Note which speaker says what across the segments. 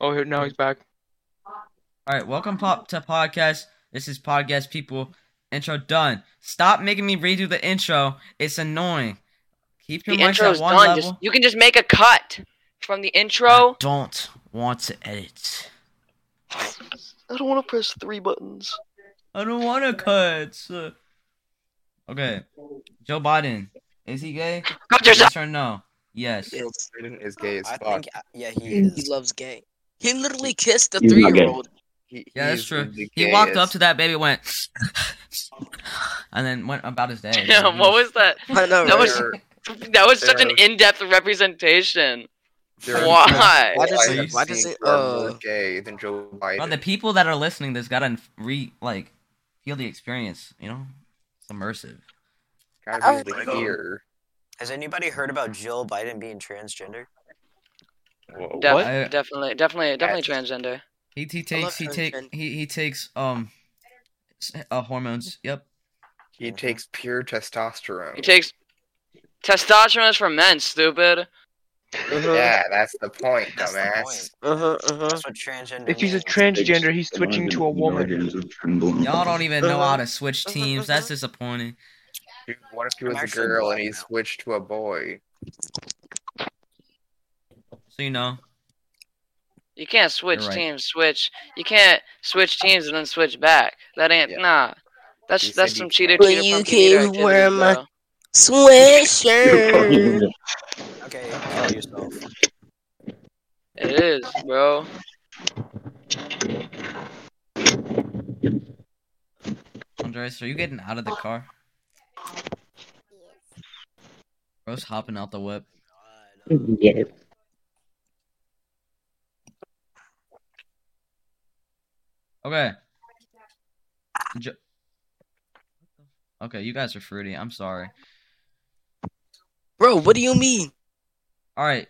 Speaker 1: Oh, here- now he's back.
Speaker 2: All right, welcome pop to podcast. This is podcast people. Intro done. Stop making me redo the intro. It's annoying. Keep your
Speaker 3: The
Speaker 2: mics
Speaker 3: intro's
Speaker 2: at one
Speaker 3: done.
Speaker 2: level.
Speaker 3: Just, you can just make a cut from the
Speaker 2: I
Speaker 3: intro.
Speaker 2: don't want to edit.
Speaker 1: I don't want to press three buttons.
Speaker 2: I don't want to cut. Okay, Joe Biden is he gay?
Speaker 3: Cut yourself.
Speaker 2: Yes or no? Yes.
Speaker 4: Joe Biden is gay as
Speaker 5: I
Speaker 4: fuck.
Speaker 5: think, uh, yeah, he is.
Speaker 6: He loves gay. He literally kissed a
Speaker 7: He's not gay.
Speaker 6: three-year-old.
Speaker 4: He- he
Speaker 2: Yeah, that's
Speaker 4: is
Speaker 2: true.
Speaker 4: the
Speaker 2: He walked up
Speaker 4: gayest.
Speaker 2: to that baby, went, and then went about his day.
Speaker 3: Damn, what was that?
Speaker 6: I know,
Speaker 3: That
Speaker 6: right?
Speaker 3: was- That was such an in-depth representation.
Speaker 4: There are-
Speaker 3: Why?
Speaker 6: Why does
Speaker 4: I
Speaker 6: it?
Speaker 4: have
Speaker 6: Why does
Speaker 4: seen
Speaker 6: it?
Speaker 4: who are more
Speaker 6: Uh,
Speaker 4: gay than Joe Biden?
Speaker 2: Bro, the people that are listening, this gotta re like feel the experience. You know, it's immersive.
Speaker 4: Gotta be the here.
Speaker 5: Has anybody heard about Jill Biden being transgender?
Speaker 4: Whoa.
Speaker 3: Def-
Speaker 2: What? I-
Speaker 3: Definitely, definitely, definitely transgender.
Speaker 2: He he
Speaker 6: I
Speaker 2: takes
Speaker 6: love
Speaker 2: he take
Speaker 6: transgen-
Speaker 2: he he takes um s- uh, hormones. Yep.
Speaker 4: He takes pure testosterone.
Speaker 3: He takes testosterone is for men. Stupid.
Speaker 4: yeah, that's the point,
Speaker 5: That's the
Speaker 4: dumbass.
Speaker 5: point.
Speaker 6: uh-huh, uh-huh.
Speaker 5: That's what transgender.
Speaker 1: If he's a
Speaker 5: means.
Speaker 1: transgender, he's switching to a woman.
Speaker 2: Y'all don't even know how to
Speaker 6: Uh-huh,
Speaker 2: switch teams. That's disappointing.
Speaker 4: Dude, what if he was
Speaker 5: I'm
Speaker 4: a
Speaker 5: actually
Speaker 4: girl
Speaker 5: blind
Speaker 4: and he
Speaker 5: now.
Speaker 4: switched to a boy?
Speaker 2: So you know,
Speaker 3: You can't switch
Speaker 2: You're right.
Speaker 3: teams. Switch. You can't switch teams and then switch back. That ain't
Speaker 4: Yeah.
Speaker 3: nah. That's
Speaker 4: You
Speaker 3: that's
Speaker 4: said
Speaker 3: some
Speaker 4: you
Speaker 3: cheater
Speaker 6: Well,
Speaker 3: cheater
Speaker 6: you
Speaker 3: punk cheater
Speaker 6: can
Speaker 3: activities,
Speaker 6: wear my-
Speaker 3: though.
Speaker 6: Sweatshirt.
Speaker 5: Okay, kill yourself.
Speaker 3: It is, bro.
Speaker 2: Andres, are you getting out of the car? Bro's hopping out the whip.
Speaker 7: Yes.
Speaker 2: Okay. Jo- okay, you guys are fruity. I'm sorry.
Speaker 6: Bro, what do you mean?
Speaker 2: All right,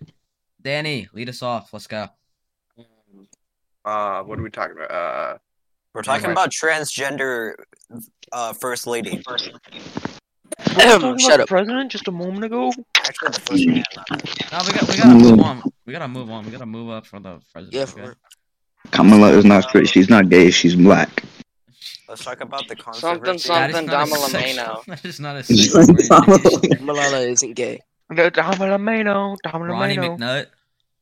Speaker 2: Danny, lead us off. Let's go.
Speaker 4: Uh, what are we talking about? Uh,
Speaker 5: We're talking about transgender uh, first lady.
Speaker 6: Ahem, Shut up.
Speaker 1: President just a moment ago.
Speaker 5: Actually, the first man.
Speaker 2: No, we got we gotta move on. We gotta move on. We gotta move up for the president.
Speaker 6: Yeah, for
Speaker 2: okay?
Speaker 6: real.
Speaker 7: Kamala is not straight. She's not gay. She's black.
Speaker 5: Let's talk about the
Speaker 3: Something,
Speaker 5: controversy.
Speaker 2: That is
Speaker 3: something,
Speaker 2: not a
Speaker 3: Dama
Speaker 2: sexual-
Speaker 3: Lameno.
Speaker 2: That is not a sexual orientation.
Speaker 6: Malala isn't gay.
Speaker 1: The Dominomano,
Speaker 2: Ronnie
Speaker 1: Dominomano.
Speaker 2: McNutt.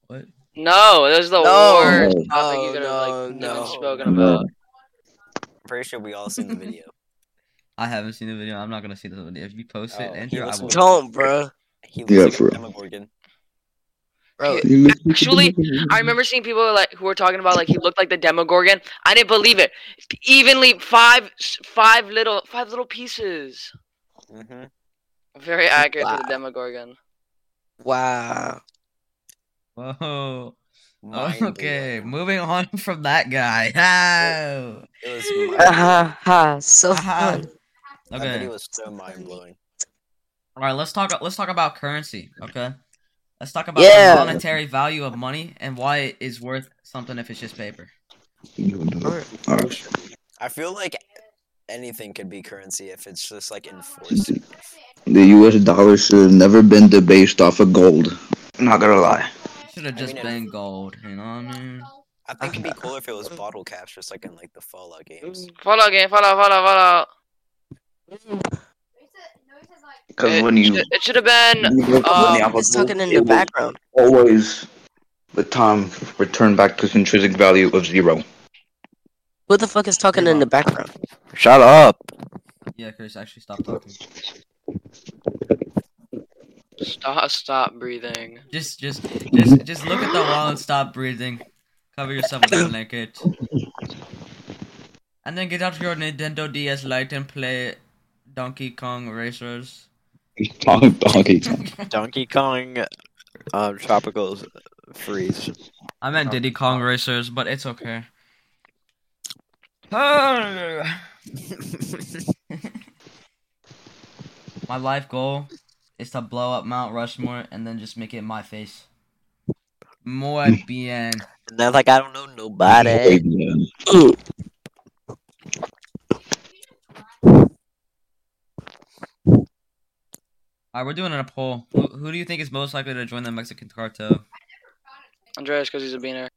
Speaker 2: What?
Speaker 3: No, there's the
Speaker 6: No,
Speaker 3: worst
Speaker 7: no,
Speaker 3: topic you could have
Speaker 6: no,
Speaker 3: like
Speaker 6: no.
Speaker 3: even spoken about.
Speaker 7: No.
Speaker 5: I'm pretty sure we all seen the video.
Speaker 2: I haven't seen the video. I'm not gonna see the video. If you post it,
Speaker 5: Oh,
Speaker 2: Andrew,
Speaker 5: he
Speaker 2: I
Speaker 5: was-
Speaker 2: will.
Speaker 6: Don't, bro.
Speaker 5: He
Speaker 7: Yeah,
Speaker 5: looks
Speaker 7: for
Speaker 5: like a
Speaker 7: real.
Speaker 5: Demogorgon.
Speaker 6: Bro,
Speaker 3: Actually, I remember seeing people like who were talking about like he looked like the Demogorgon. I didn't believe it. Evenly five five little five little pieces.
Speaker 5: Mm-hmm.
Speaker 3: Very accurate
Speaker 6: Wow.
Speaker 3: to the Demogorgon.
Speaker 6: wow.
Speaker 2: Whoa. Okay, moving on from that guy. Ow.
Speaker 5: It was mind-
Speaker 6: Ha
Speaker 7: Uh-huh.
Speaker 6: ha. So
Speaker 3: Uh-huh.
Speaker 2: Aha.
Speaker 6: fun.
Speaker 5: that video
Speaker 2: Okay.
Speaker 5: was so mind blowing.
Speaker 2: All right. Let's talk. Let's talk about currency. Okay. Let's talk about
Speaker 6: Yeah.
Speaker 2: the monetary value of money and why it is worth something if it's just paper.
Speaker 7: Alright.
Speaker 5: I feel like anything could be currency if it's just like enforced. enough.
Speaker 7: The U.S. dollar should have never been debased off of gold. Not gonna lie.
Speaker 2: Should have
Speaker 5: I
Speaker 2: just
Speaker 5: mean,
Speaker 2: been gold. You know what I mean?
Speaker 5: I think it'd be cool if it was bottle caps, just like in like the Fallout games.
Speaker 3: Follow game, follow, follow, follow.
Speaker 7: Uh, Because
Speaker 3: It
Speaker 7: when you
Speaker 3: should- it should have been
Speaker 7: you get
Speaker 3: um,
Speaker 7: money off of
Speaker 6: uh, It's talking in
Speaker 7: gold,
Speaker 6: the
Speaker 7: it will
Speaker 6: background.
Speaker 7: Always, the time return back to its intrinsic value of zero.
Speaker 6: Who the fuck is talking in the background?
Speaker 5: Shut up.
Speaker 2: Yeah, Chris. Actually, stop talking.
Speaker 3: stop stop breathing.
Speaker 2: Just, just, just, just look at the wall and stop breathing. Cover yourself with a blanket, and then get out your Nintendo DS Lite and play Donkey Kong Racers.
Speaker 5: Donkey Kong um, Tropical Freeze.
Speaker 2: I meant Diddy Kong Racers, but it's okay. My life goal is to blow up Mount Rushmore and then just make it my face. Muy bien.
Speaker 5: And they're like, I don't know nobody.
Speaker 2: Alright, we're doing a poll. Who, who do you think is most likely to join the Mexican cartel?
Speaker 3: Andreas, because he's a beaner.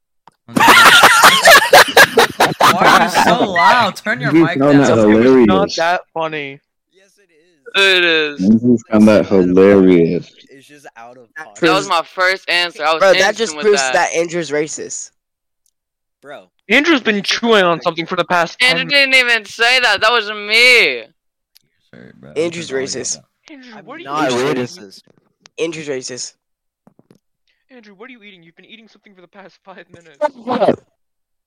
Speaker 2: Why are you so loud? Turn your
Speaker 8: You
Speaker 2: mic
Speaker 8: found
Speaker 2: down.
Speaker 8: that
Speaker 9: It's not
Speaker 8: hilarious.
Speaker 9: that funny.
Speaker 5: Yes, it is.
Speaker 3: It is.
Speaker 7: You just found that hilarious.
Speaker 5: It's just out of
Speaker 6: That
Speaker 5: pocket.
Speaker 3: That was my first answer. I was
Speaker 6: Bro, that just
Speaker 3: instant with
Speaker 6: proves
Speaker 3: that.
Speaker 6: that Andrew's racist.
Speaker 5: Bro,
Speaker 9: Andrew's been chewing on something for the past. 10
Speaker 3: Andrew didn't even say that. That was me.
Speaker 2: Sorry, bro.
Speaker 6: Andrew's racist.
Speaker 9: Andrew,
Speaker 8: I'm
Speaker 9: what are you
Speaker 8: not
Speaker 9: eating?
Speaker 8: racist.
Speaker 6: Andrew's racist.
Speaker 9: Andrew, what are you eating? You've been eating something for the past five minutes.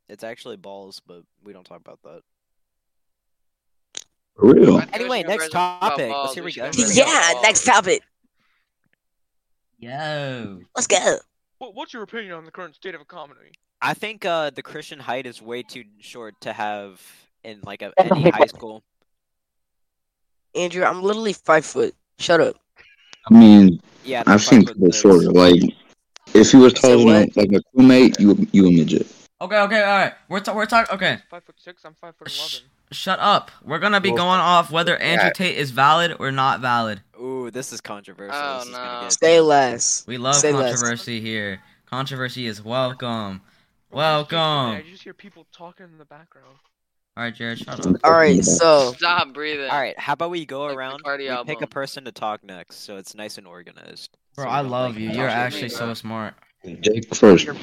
Speaker 5: it's actually balls, but we don't talk about that.
Speaker 7: For real.
Speaker 5: Anyway, next topic. Let's hear we go.
Speaker 6: yeah, next topic.
Speaker 2: Yo.
Speaker 6: Let's go.
Speaker 9: What, what's your opinion on the current state of economy?
Speaker 5: I think uh, the Christian height is way too short to have in like a, any high school.
Speaker 6: Andrew, I'm literally five foot. Shut up.
Speaker 7: I mean,
Speaker 5: Yeah,
Speaker 7: I've
Speaker 5: that's
Speaker 7: seen
Speaker 5: fucked
Speaker 7: people
Speaker 5: with
Speaker 7: shorter.
Speaker 5: those.
Speaker 7: Like, if you was taller
Speaker 6: Say
Speaker 7: than like a crewmate, you you a midget.
Speaker 2: Okay, okay, all right. We're ta- we're talking. Okay,
Speaker 9: Five foot six. I'm five foot
Speaker 2: Shh.
Speaker 9: eleven.
Speaker 2: shut up. We're gonna be
Speaker 7: Well,
Speaker 2: going off whether Andrew
Speaker 4: yeah.
Speaker 2: Tate is valid or not valid.
Speaker 5: Ooh, this is controversial.
Speaker 3: Oh,
Speaker 5: this is gonna
Speaker 3: no.
Speaker 5: get-
Speaker 6: Stay less.
Speaker 2: We love
Speaker 6: Say less.
Speaker 2: controversy here. Controversy is welcome.
Speaker 9: I
Speaker 2: Welcome.
Speaker 9: just hear people talking in the background.
Speaker 2: All right, Jared, shut up.
Speaker 6: All right, so
Speaker 3: Stop breathing.
Speaker 5: All right, how about we go
Speaker 3: Like the
Speaker 5: around?
Speaker 3: Cardi
Speaker 5: We pick a
Speaker 3: album.
Speaker 5: person to talk next, so it's nice and organized.
Speaker 2: Bro,
Speaker 5: So we
Speaker 2: I
Speaker 5: don't,
Speaker 2: love
Speaker 5: like,
Speaker 2: you.
Speaker 5: talk
Speaker 2: You're
Speaker 5: shit.
Speaker 2: actually so smart.
Speaker 7: Jake first.
Speaker 4: Your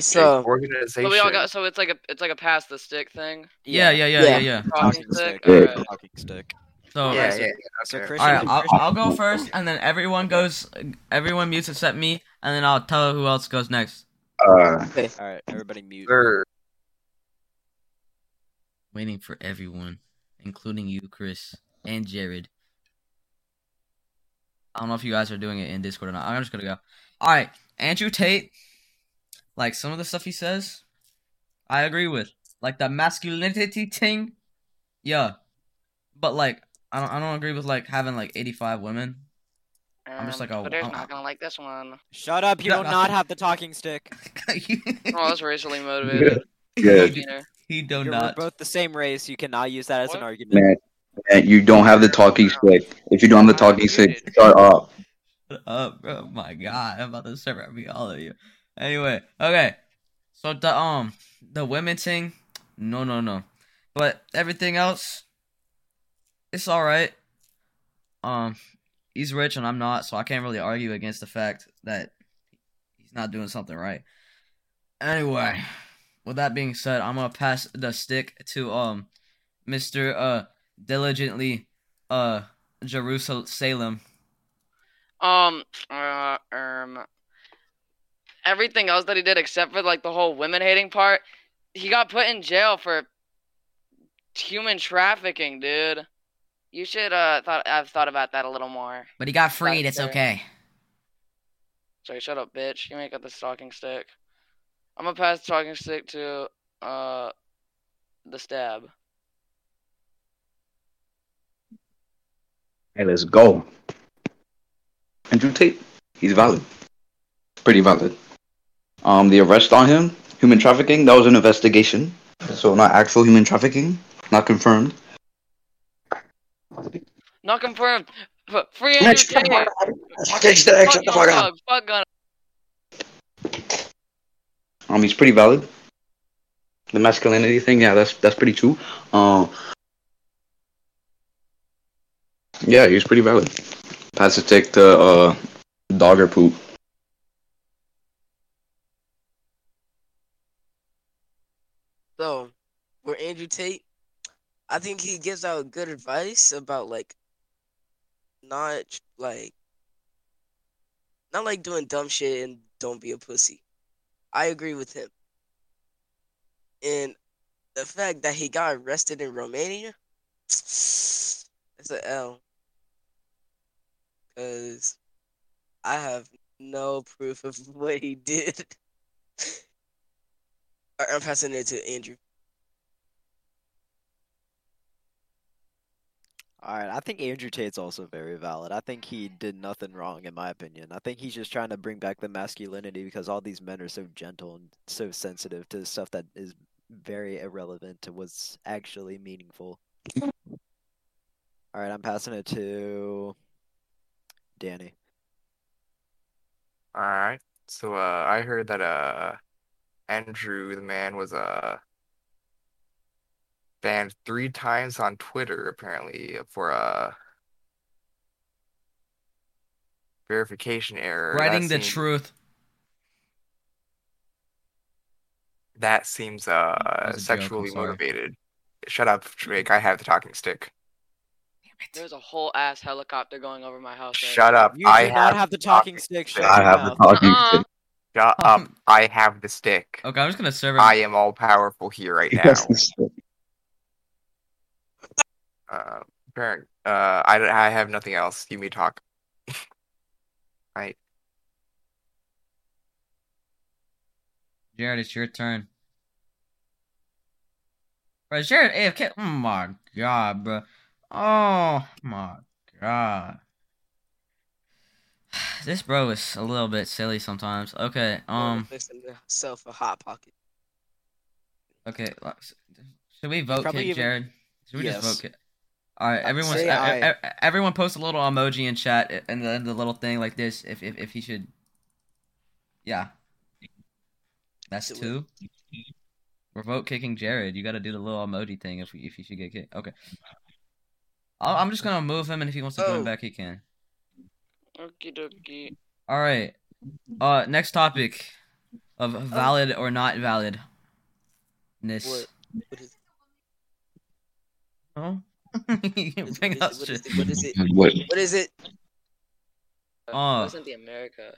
Speaker 6: so-
Speaker 3: So
Speaker 4: organization.
Speaker 3: we all got. So it's like a. It's like a pass the stick thing.
Speaker 2: Yeah, yeah, yeah, yeah,
Speaker 6: Yeah.
Speaker 2: yeah.
Speaker 5: Talking
Speaker 3: Talking stick.
Speaker 5: stick.
Speaker 3: alright.
Speaker 5: Talking stick.
Speaker 2: So,
Speaker 4: yeah,
Speaker 5: so-
Speaker 4: yeah.
Speaker 5: So
Speaker 4: okay.
Speaker 5: Christian,
Speaker 2: all right, I'll,
Speaker 5: Christian-
Speaker 2: I'll go first, and then everyone goes. Everyone mutes except me, and then I'll tell who else goes next.
Speaker 4: Uh,
Speaker 5: all right, everybody mute.
Speaker 4: sir.
Speaker 2: Waiting for everyone, including you, Chris and Jared. I don't know if you guys are doing it in Discord or not. I'm just gonna go. All right, Andrew Tate. Like some of the stuff he says, I agree with. Like the masculinity thing, yeah. But like, I don't. I don't agree with like having like 85 women. I'm just like, oh,
Speaker 3: Twitter's
Speaker 2: oh, oh.
Speaker 3: not gonna like this one.
Speaker 5: Shut up! You
Speaker 2: No,
Speaker 5: do
Speaker 2: no.
Speaker 5: not have the talking stick.
Speaker 3: Oh, that's racially motivated.
Speaker 7: Good.
Speaker 3: You know.
Speaker 2: He do
Speaker 5: You're we're
Speaker 2: not.
Speaker 5: both the same race. You cannot use that as an
Speaker 9: What?
Speaker 5: argument.
Speaker 7: Man, man, you don't have the talking stick. If you don't have the talking stick, shut up.
Speaker 2: Shut up, bro. My God, I'm about to separate me all of you. Anyway, okay. So the um the women thing, no, no, no. But everything else, it's all right. Um, he's rich and I'm not, so I can't really argue against the fact that he's not doing something right. Anyway, with that being said, I'm gonna pass the stick to um Mr. Uh diligently uh Jerusalem Salem.
Speaker 3: Um, uh, um, everything else that he did, except for like the whole women hating part, he got put in jail for human trafficking, dude. You should uh thought I've thought about that a little more.
Speaker 2: But he got freed. It's
Speaker 3: fair.
Speaker 2: okay.
Speaker 3: Sorry, shut up, bitch. You ain't got the talking stick. I'm gonna pass the talking stick to uh the stab.
Speaker 7: Hey, let's go. Andrew Tate, he's valid. Pretty valid. Um, the arrest on him, human trafficking, that was an investigation. So not actual human trafficking, not confirmed.
Speaker 3: Not confirmed. F- Free Andrew Tate. Fuck Young Thug. Fuck Gunna.
Speaker 7: Um, he's pretty valid. The masculinity thing, yeah, that's that's pretty true. Um, yeah, he's pretty valid. Pass the stick to uh, dogger poop.
Speaker 6: so for Andrew Tate, I think he gives out good advice about like not like not like doing dumb shit and don't be a pussy. I agree with him. And the fact that he got arrested in Romania, it's a L. Cause I have no proof of what he did. Alright, I'm passing it to Andrew.
Speaker 5: All right, I think Andrew Tate's also very valid. I think he did nothing wrong, in my opinion. I think he's just trying to bring back the masculinity because all these men are so gentle and so sensitive to stuff that is very irrelevant to what's actually meaningful. All right, I'm passing it to Danny.
Speaker 4: All right. So uh, I heard that uh, Andrew, the man, was uh banned three times on Twitter apparently for uh, a verification error. That
Speaker 2: Writing the
Speaker 4: seems-
Speaker 2: truth.
Speaker 4: That seems
Speaker 2: That
Speaker 4: uh
Speaker 2: was a joke, I'm
Speaker 4: sexually
Speaker 2: sorry.
Speaker 4: motivated. Shut up, Drake. I have the talking stick.
Speaker 3: There's a whole ass helicopter going over my house. right
Speaker 4: Shut up.
Speaker 5: You
Speaker 4: I
Speaker 5: do not
Speaker 4: have
Speaker 5: have the talking stick. Shut
Speaker 7: I
Speaker 5: your
Speaker 7: have the
Speaker 5: mouth.
Speaker 7: talking
Speaker 2: uh,
Speaker 3: Uh-uh.
Speaker 7: stick.
Speaker 4: shut up. I have the stick.
Speaker 2: Okay, I'm just gonna serve him.
Speaker 4: I am all powerful here right
Speaker 7: He
Speaker 4: now.
Speaker 7: has the stick.
Speaker 4: Uh, Baron, uh, I, don't- I have nothing else. You may talk. I
Speaker 2: Jared, it's your turn. Bro, Jared AFK. Oh my god, bro. Oh my god. This bro is a little bit silly sometimes. Okay, um,
Speaker 6: Listen to self a hot pocket.
Speaker 2: okay. look, Should we vote
Speaker 5: Probably
Speaker 2: kick
Speaker 5: even-
Speaker 2: Jared? Should we
Speaker 5: Yes.
Speaker 2: just vote kick? All right,
Speaker 5: Uh,
Speaker 2: everyone.
Speaker 5: say aye.
Speaker 2: e-, Everyone post a little emoji in chat and then the little thing like this. If if if he should, yeah. That's
Speaker 6: Do it.
Speaker 2: two. We're vote kicking Jared. You got to do the little emoji thing if if he should get kicked. Okay. I'll, I'm just gonna move him, and if he wants to join
Speaker 6: Oh.
Speaker 2: back, he can.
Speaker 3: now. Okie dokie.
Speaker 2: All right. Uh, next topic of valid or not valid. This.
Speaker 6: What is,
Speaker 2: Oh.
Speaker 6: what is,
Speaker 2: Bring
Speaker 6: what
Speaker 2: up
Speaker 6: is, what
Speaker 2: shit.
Speaker 6: is it? What is it?
Speaker 7: What?
Speaker 6: What is it?
Speaker 3: Uh,
Speaker 2: Oh.
Speaker 3: Wasn't the America?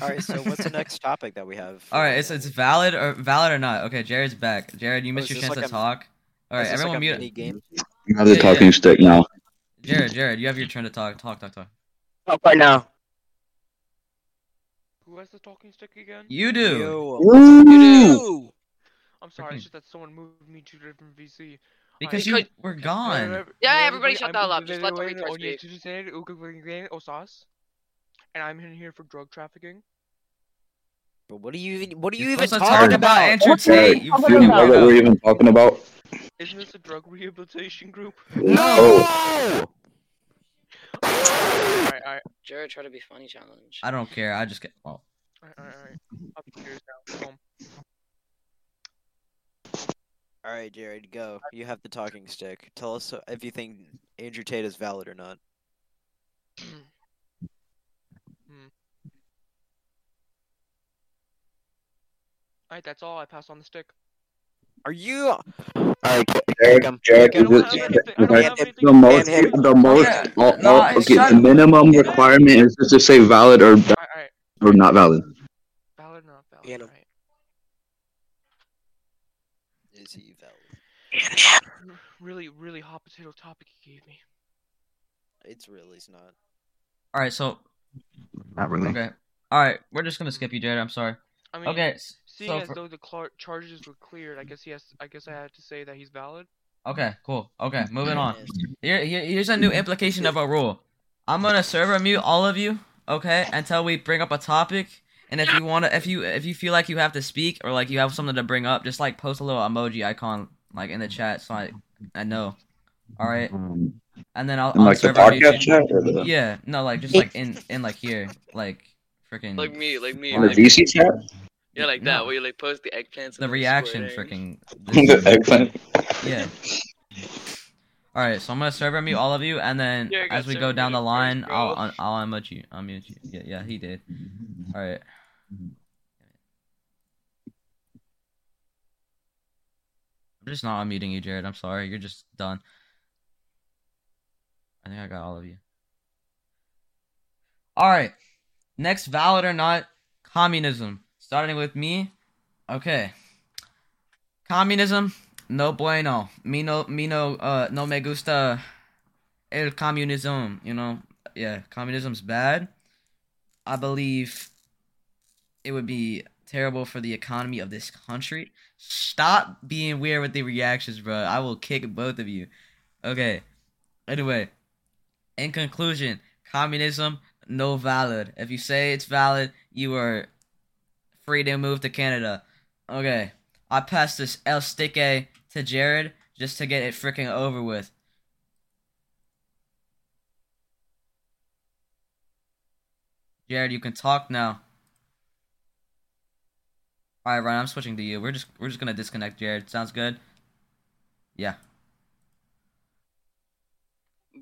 Speaker 5: All right, so what's the next topic that we have?
Speaker 2: All right, it's it's valid or valid or not. Okay, Jared's back. Jared, you
Speaker 5: Oh,
Speaker 2: missed
Speaker 5: is
Speaker 2: your
Speaker 5: this
Speaker 2: chance
Speaker 5: like
Speaker 2: to
Speaker 5: a-
Speaker 2: talk. All right,
Speaker 5: Is this
Speaker 2: everyone mute.
Speaker 5: like a mini game.
Speaker 7: You have the
Speaker 2: Yeah, yeah.
Speaker 7: talking stick now.
Speaker 2: Jared, Jared, you have your turn to talk. Talk, talk, talk.
Speaker 6: Up right now.
Speaker 9: Who has the talking stick again?
Speaker 2: You do.
Speaker 5: Yo,
Speaker 7: Woo!
Speaker 9: I'm sorry,
Speaker 2: Freaking-
Speaker 9: it's just that someone moved me to a different VC.
Speaker 2: Because
Speaker 9: I-
Speaker 2: you
Speaker 3: Because-
Speaker 2: were gone.
Speaker 3: Yeah, everybody shut the hell up. Just let the retards speak.
Speaker 9: Osas, oh, and I'm in here for drug trafficking.
Speaker 5: But what are you even? What are
Speaker 2: You're
Speaker 5: you even
Speaker 2: supposed to
Speaker 5: talking
Speaker 2: talk about
Speaker 5: about?
Speaker 2: Andrew
Speaker 7: Hey,
Speaker 2: Tate.
Speaker 7: you
Speaker 2: You
Speaker 7: know
Speaker 2: feel me,
Speaker 7: what
Speaker 2: bro?
Speaker 7: we're even talking about?
Speaker 9: Isn't this a drug rehabilitation group?
Speaker 7: No.
Speaker 9: alright, alright,
Speaker 3: Jared, try to be funny challenge.
Speaker 2: I don't care. I just get. Oh.
Speaker 9: alright, alright. Up yours now. Boom.
Speaker 5: All right, Jared, go. You have the talking stick. Tell us if you think Andrew Tate is valid or not.
Speaker 9: Hmm. Alright, that's all. I passed on the stick.
Speaker 5: Are you?
Speaker 7: Jared,
Speaker 5: Jacob.
Speaker 7: Jared,
Speaker 9: I don't have
Speaker 7: is it-
Speaker 9: anything- I don't
Speaker 7: okay,
Speaker 9: have anything
Speaker 7: the
Speaker 9: to
Speaker 7: most,
Speaker 9: say.
Speaker 7: the most,
Speaker 2: Yeah,
Speaker 7: all-
Speaker 2: no,
Speaker 7: all-
Speaker 2: it's
Speaker 7: okay,
Speaker 2: not-
Speaker 7: the minimum requirement is just to say valid or
Speaker 9: Alright, alright.
Speaker 7: or not valid.
Speaker 9: Valid or not valid?
Speaker 6: Yeah, no.
Speaker 9: Alright.
Speaker 5: Is he valid?
Speaker 9: R- Really, really hot potato topic you gave me.
Speaker 5: It's really it's not.
Speaker 2: All right, so
Speaker 7: Not really.
Speaker 2: okay. All right, we're just gonna skip you, Jared. I'm sorry.
Speaker 9: I mean,
Speaker 2: Okay. s-
Speaker 9: Seeing
Speaker 2: So
Speaker 9: as
Speaker 2: for-
Speaker 9: though the clar- charges were cleared, I guess yes. I guess I had to say that he's valid.
Speaker 2: okay, cool. Okay, moving on.
Speaker 5: Yes.
Speaker 2: Here, here, here's a new implication of a rule. I'm gonna server mute all of you, okay, until we bring up a topic. And if you wanna, if you if you feel like you have to speak or like you have something to bring up, just like post a little emoji icon like in the chat, so I I know. All right,
Speaker 7: Um,
Speaker 2: and then I'll,
Speaker 7: and
Speaker 2: I'll
Speaker 7: like the
Speaker 2: server mute
Speaker 7: podcast
Speaker 2: you.
Speaker 7: chat or the,
Speaker 2: Yeah, no, like just like in in like here, like freaking
Speaker 3: Like me, like me.
Speaker 7: on the
Speaker 3: Like,
Speaker 7: VC chat?
Speaker 3: yeah, like
Speaker 2: No.
Speaker 3: that. Where you like post the eggplants.
Speaker 2: the
Speaker 3: and
Speaker 2: reaction,
Speaker 3: squirting.
Speaker 2: freaking
Speaker 7: the eggplant.
Speaker 2: yeah. All right, so I'm gonna server mute all of you, and then
Speaker 9: Yeah, I got
Speaker 2: as we go
Speaker 9: server
Speaker 2: down the
Speaker 9: muted
Speaker 2: line,
Speaker 9: first, bro.
Speaker 2: I'll un- I'll unmute you. Unmute you. Yeah, yeah, he did. All right. I'm just not unmuting you, Jared. I'm sorry. You're just done. I think I got all of you. All right. Next, valid or not, communism. Starting with me. Okay. Communism, no bueno. Me no, me no, uh, no me gusta el communism. You know, yeah, communism's bad. I believe it would be terrible for the economy of this country. Stop being weird with the reactions, bro. I will kick both of you. Okay. Anyway, in conclusion, communism no valid. If you say it's valid, you are free to move to Canada. Okay. I passed this El Stick to Jared just to get it freaking over with. Jared, you can talk now. All right, Ryan, I'm switching to you. We're just we're just gonna disconnect Jared. Sounds good. Yeah.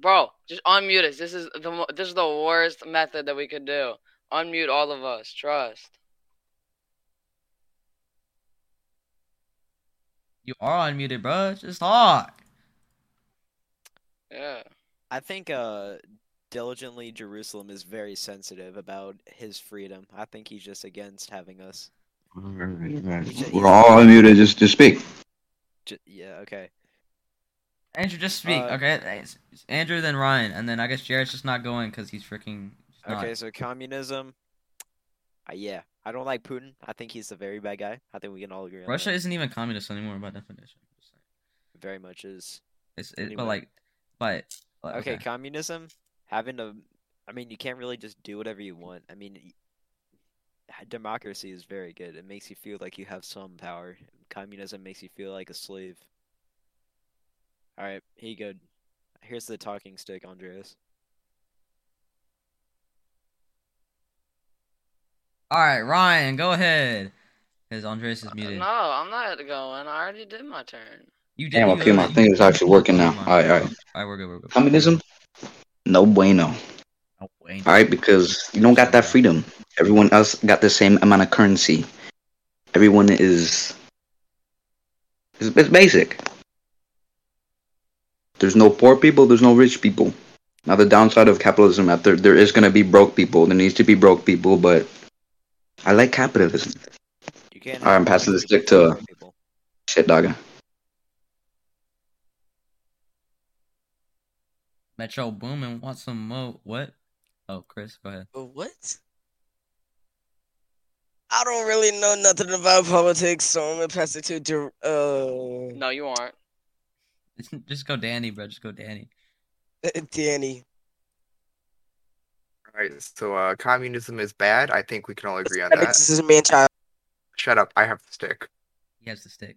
Speaker 3: Bro, just unmute us. This is the mo- this is the worst method that we could do. Unmute all of us. Trust.
Speaker 2: You are unmuted, bro. Just talk.
Speaker 3: Yeah.
Speaker 5: I think uh, diligently Jerusalem is very sensitive about his freedom. I think he's just against having us.
Speaker 7: We're all unmuted. Just, just speak.
Speaker 5: J- yeah. Okay.
Speaker 2: Andrew, just speak,
Speaker 5: Uh,
Speaker 2: okay? It's- it's Andrew, then Ryan, and then I guess Jared's just not going because he's freaking. just not.
Speaker 5: Okay. So communism. Uh, yeah, I don't like Putin. I think he's a very bad guy. I think we can all agree on
Speaker 2: Russia
Speaker 5: that.
Speaker 2: isn't even communist anymore by definition. Just like-
Speaker 5: very much is.
Speaker 2: It's it,
Speaker 5: Anyway.
Speaker 2: but like, but but,
Speaker 5: Okay,
Speaker 2: okay.
Speaker 5: communism having to. I mean, you can't really just do whatever you want. I mean, y- democracy is very good. It makes you feel like you have some power. Communism makes you feel like a slave. All right, here you go. Here's the talking stick, Andreas.
Speaker 2: All right, Ryan, go ahead. Because Andres
Speaker 5: Uh,
Speaker 2: is muted.
Speaker 3: No, I'm not going. I already did my turn.
Speaker 2: You did.
Speaker 7: Damn,
Speaker 2: you
Speaker 7: okay, my
Speaker 2: literally-
Speaker 7: thing is actually working now.
Speaker 2: Never mind.
Speaker 7: All right, all right.
Speaker 2: All right, we're good. We're good.
Speaker 7: Communism, no bueno.
Speaker 2: Oh, wait.
Speaker 7: All right, because you don't got that freedom. Everyone else got the same amount of currency. Everyone is. It's, it's basic. There's no poor people. There's no rich people. Now the downside of capitalism, that there there is gonna be broke people. There needs to be broke people, but I like capitalism.
Speaker 5: You can't.
Speaker 7: All right,
Speaker 5: have
Speaker 7: I'm passing
Speaker 5: one
Speaker 7: the
Speaker 5: people,
Speaker 7: stick
Speaker 5: two
Speaker 7: to-
Speaker 5: more people.
Speaker 7: Shit, dogga.
Speaker 2: Metro Boomin wants some mo. What? Oh, Chris, go ahead.
Speaker 6: But what? I don't really know nothing about politics, so I'm gonna pass it to Jer- uh
Speaker 3: No, you aren't.
Speaker 2: Just go, Danny, bro. Just go, Danny.
Speaker 6: Danny.
Speaker 4: All right, so uh, communism is bad. I think we can all agree on that.
Speaker 6: This is a man child.
Speaker 4: Shut up. I have the stick.
Speaker 2: He has the stick.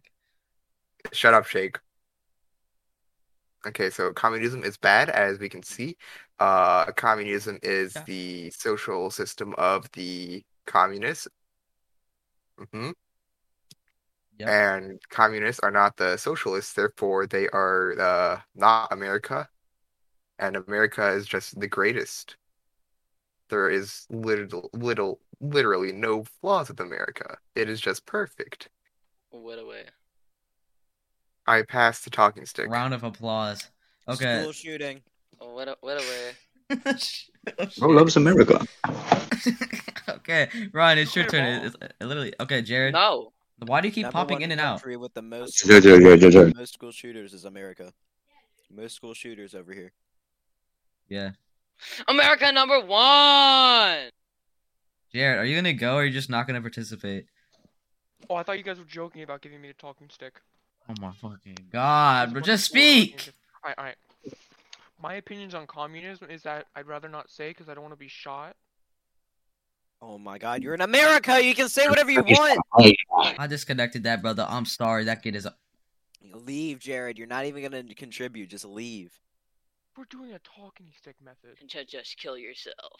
Speaker 4: Shut up, Shake. Okay, so communism is bad, as we can see. Uh, communism is
Speaker 2: Yeah.
Speaker 4: the social system of the communists. hmm
Speaker 2: Yep.
Speaker 4: And communists are not the socialists, therefore they are uh, not America. And America is just the greatest. There is little, little, literally no flaws with America. It is just perfect.
Speaker 3: What away.
Speaker 4: I passed the talking stick.
Speaker 2: Round of applause. Okay.
Speaker 5: School shooting.
Speaker 3: What a- what away.
Speaker 7: Bro Oh, loves America.
Speaker 2: okay, Ryan, it's your
Speaker 9: You're
Speaker 2: turn.
Speaker 9: wrong.
Speaker 2: It's, it literally. Okay, Jared.
Speaker 3: No.
Speaker 2: Why do you keep
Speaker 5: Number
Speaker 2: popping
Speaker 5: one
Speaker 2: in and out?
Speaker 5: country With the most,
Speaker 7: Sure, sure, sure, sure, sure.
Speaker 5: most school shooters is America. Most school shooters over here.
Speaker 2: Yeah.
Speaker 3: America number one.
Speaker 2: Jared, are you gonna go or are you just not gonna participate?
Speaker 9: Oh, I thought you guys were joking about giving me a talking stick.
Speaker 2: Oh my fucking god, bro, Uh, just speak!
Speaker 9: Alright, alright. My opinions on communism is that I'd rather not say because I don't want to be shot.
Speaker 5: Oh my God, you're in America. You can say whatever you
Speaker 7: Fucking
Speaker 5: want.
Speaker 2: I disconnected that, brother. I'm sorry. That kid is.
Speaker 5: Leave, Jared. You're not even gonna contribute. Just leave.
Speaker 9: We're doing a talking stick method.
Speaker 3: And ju- just kill yourself.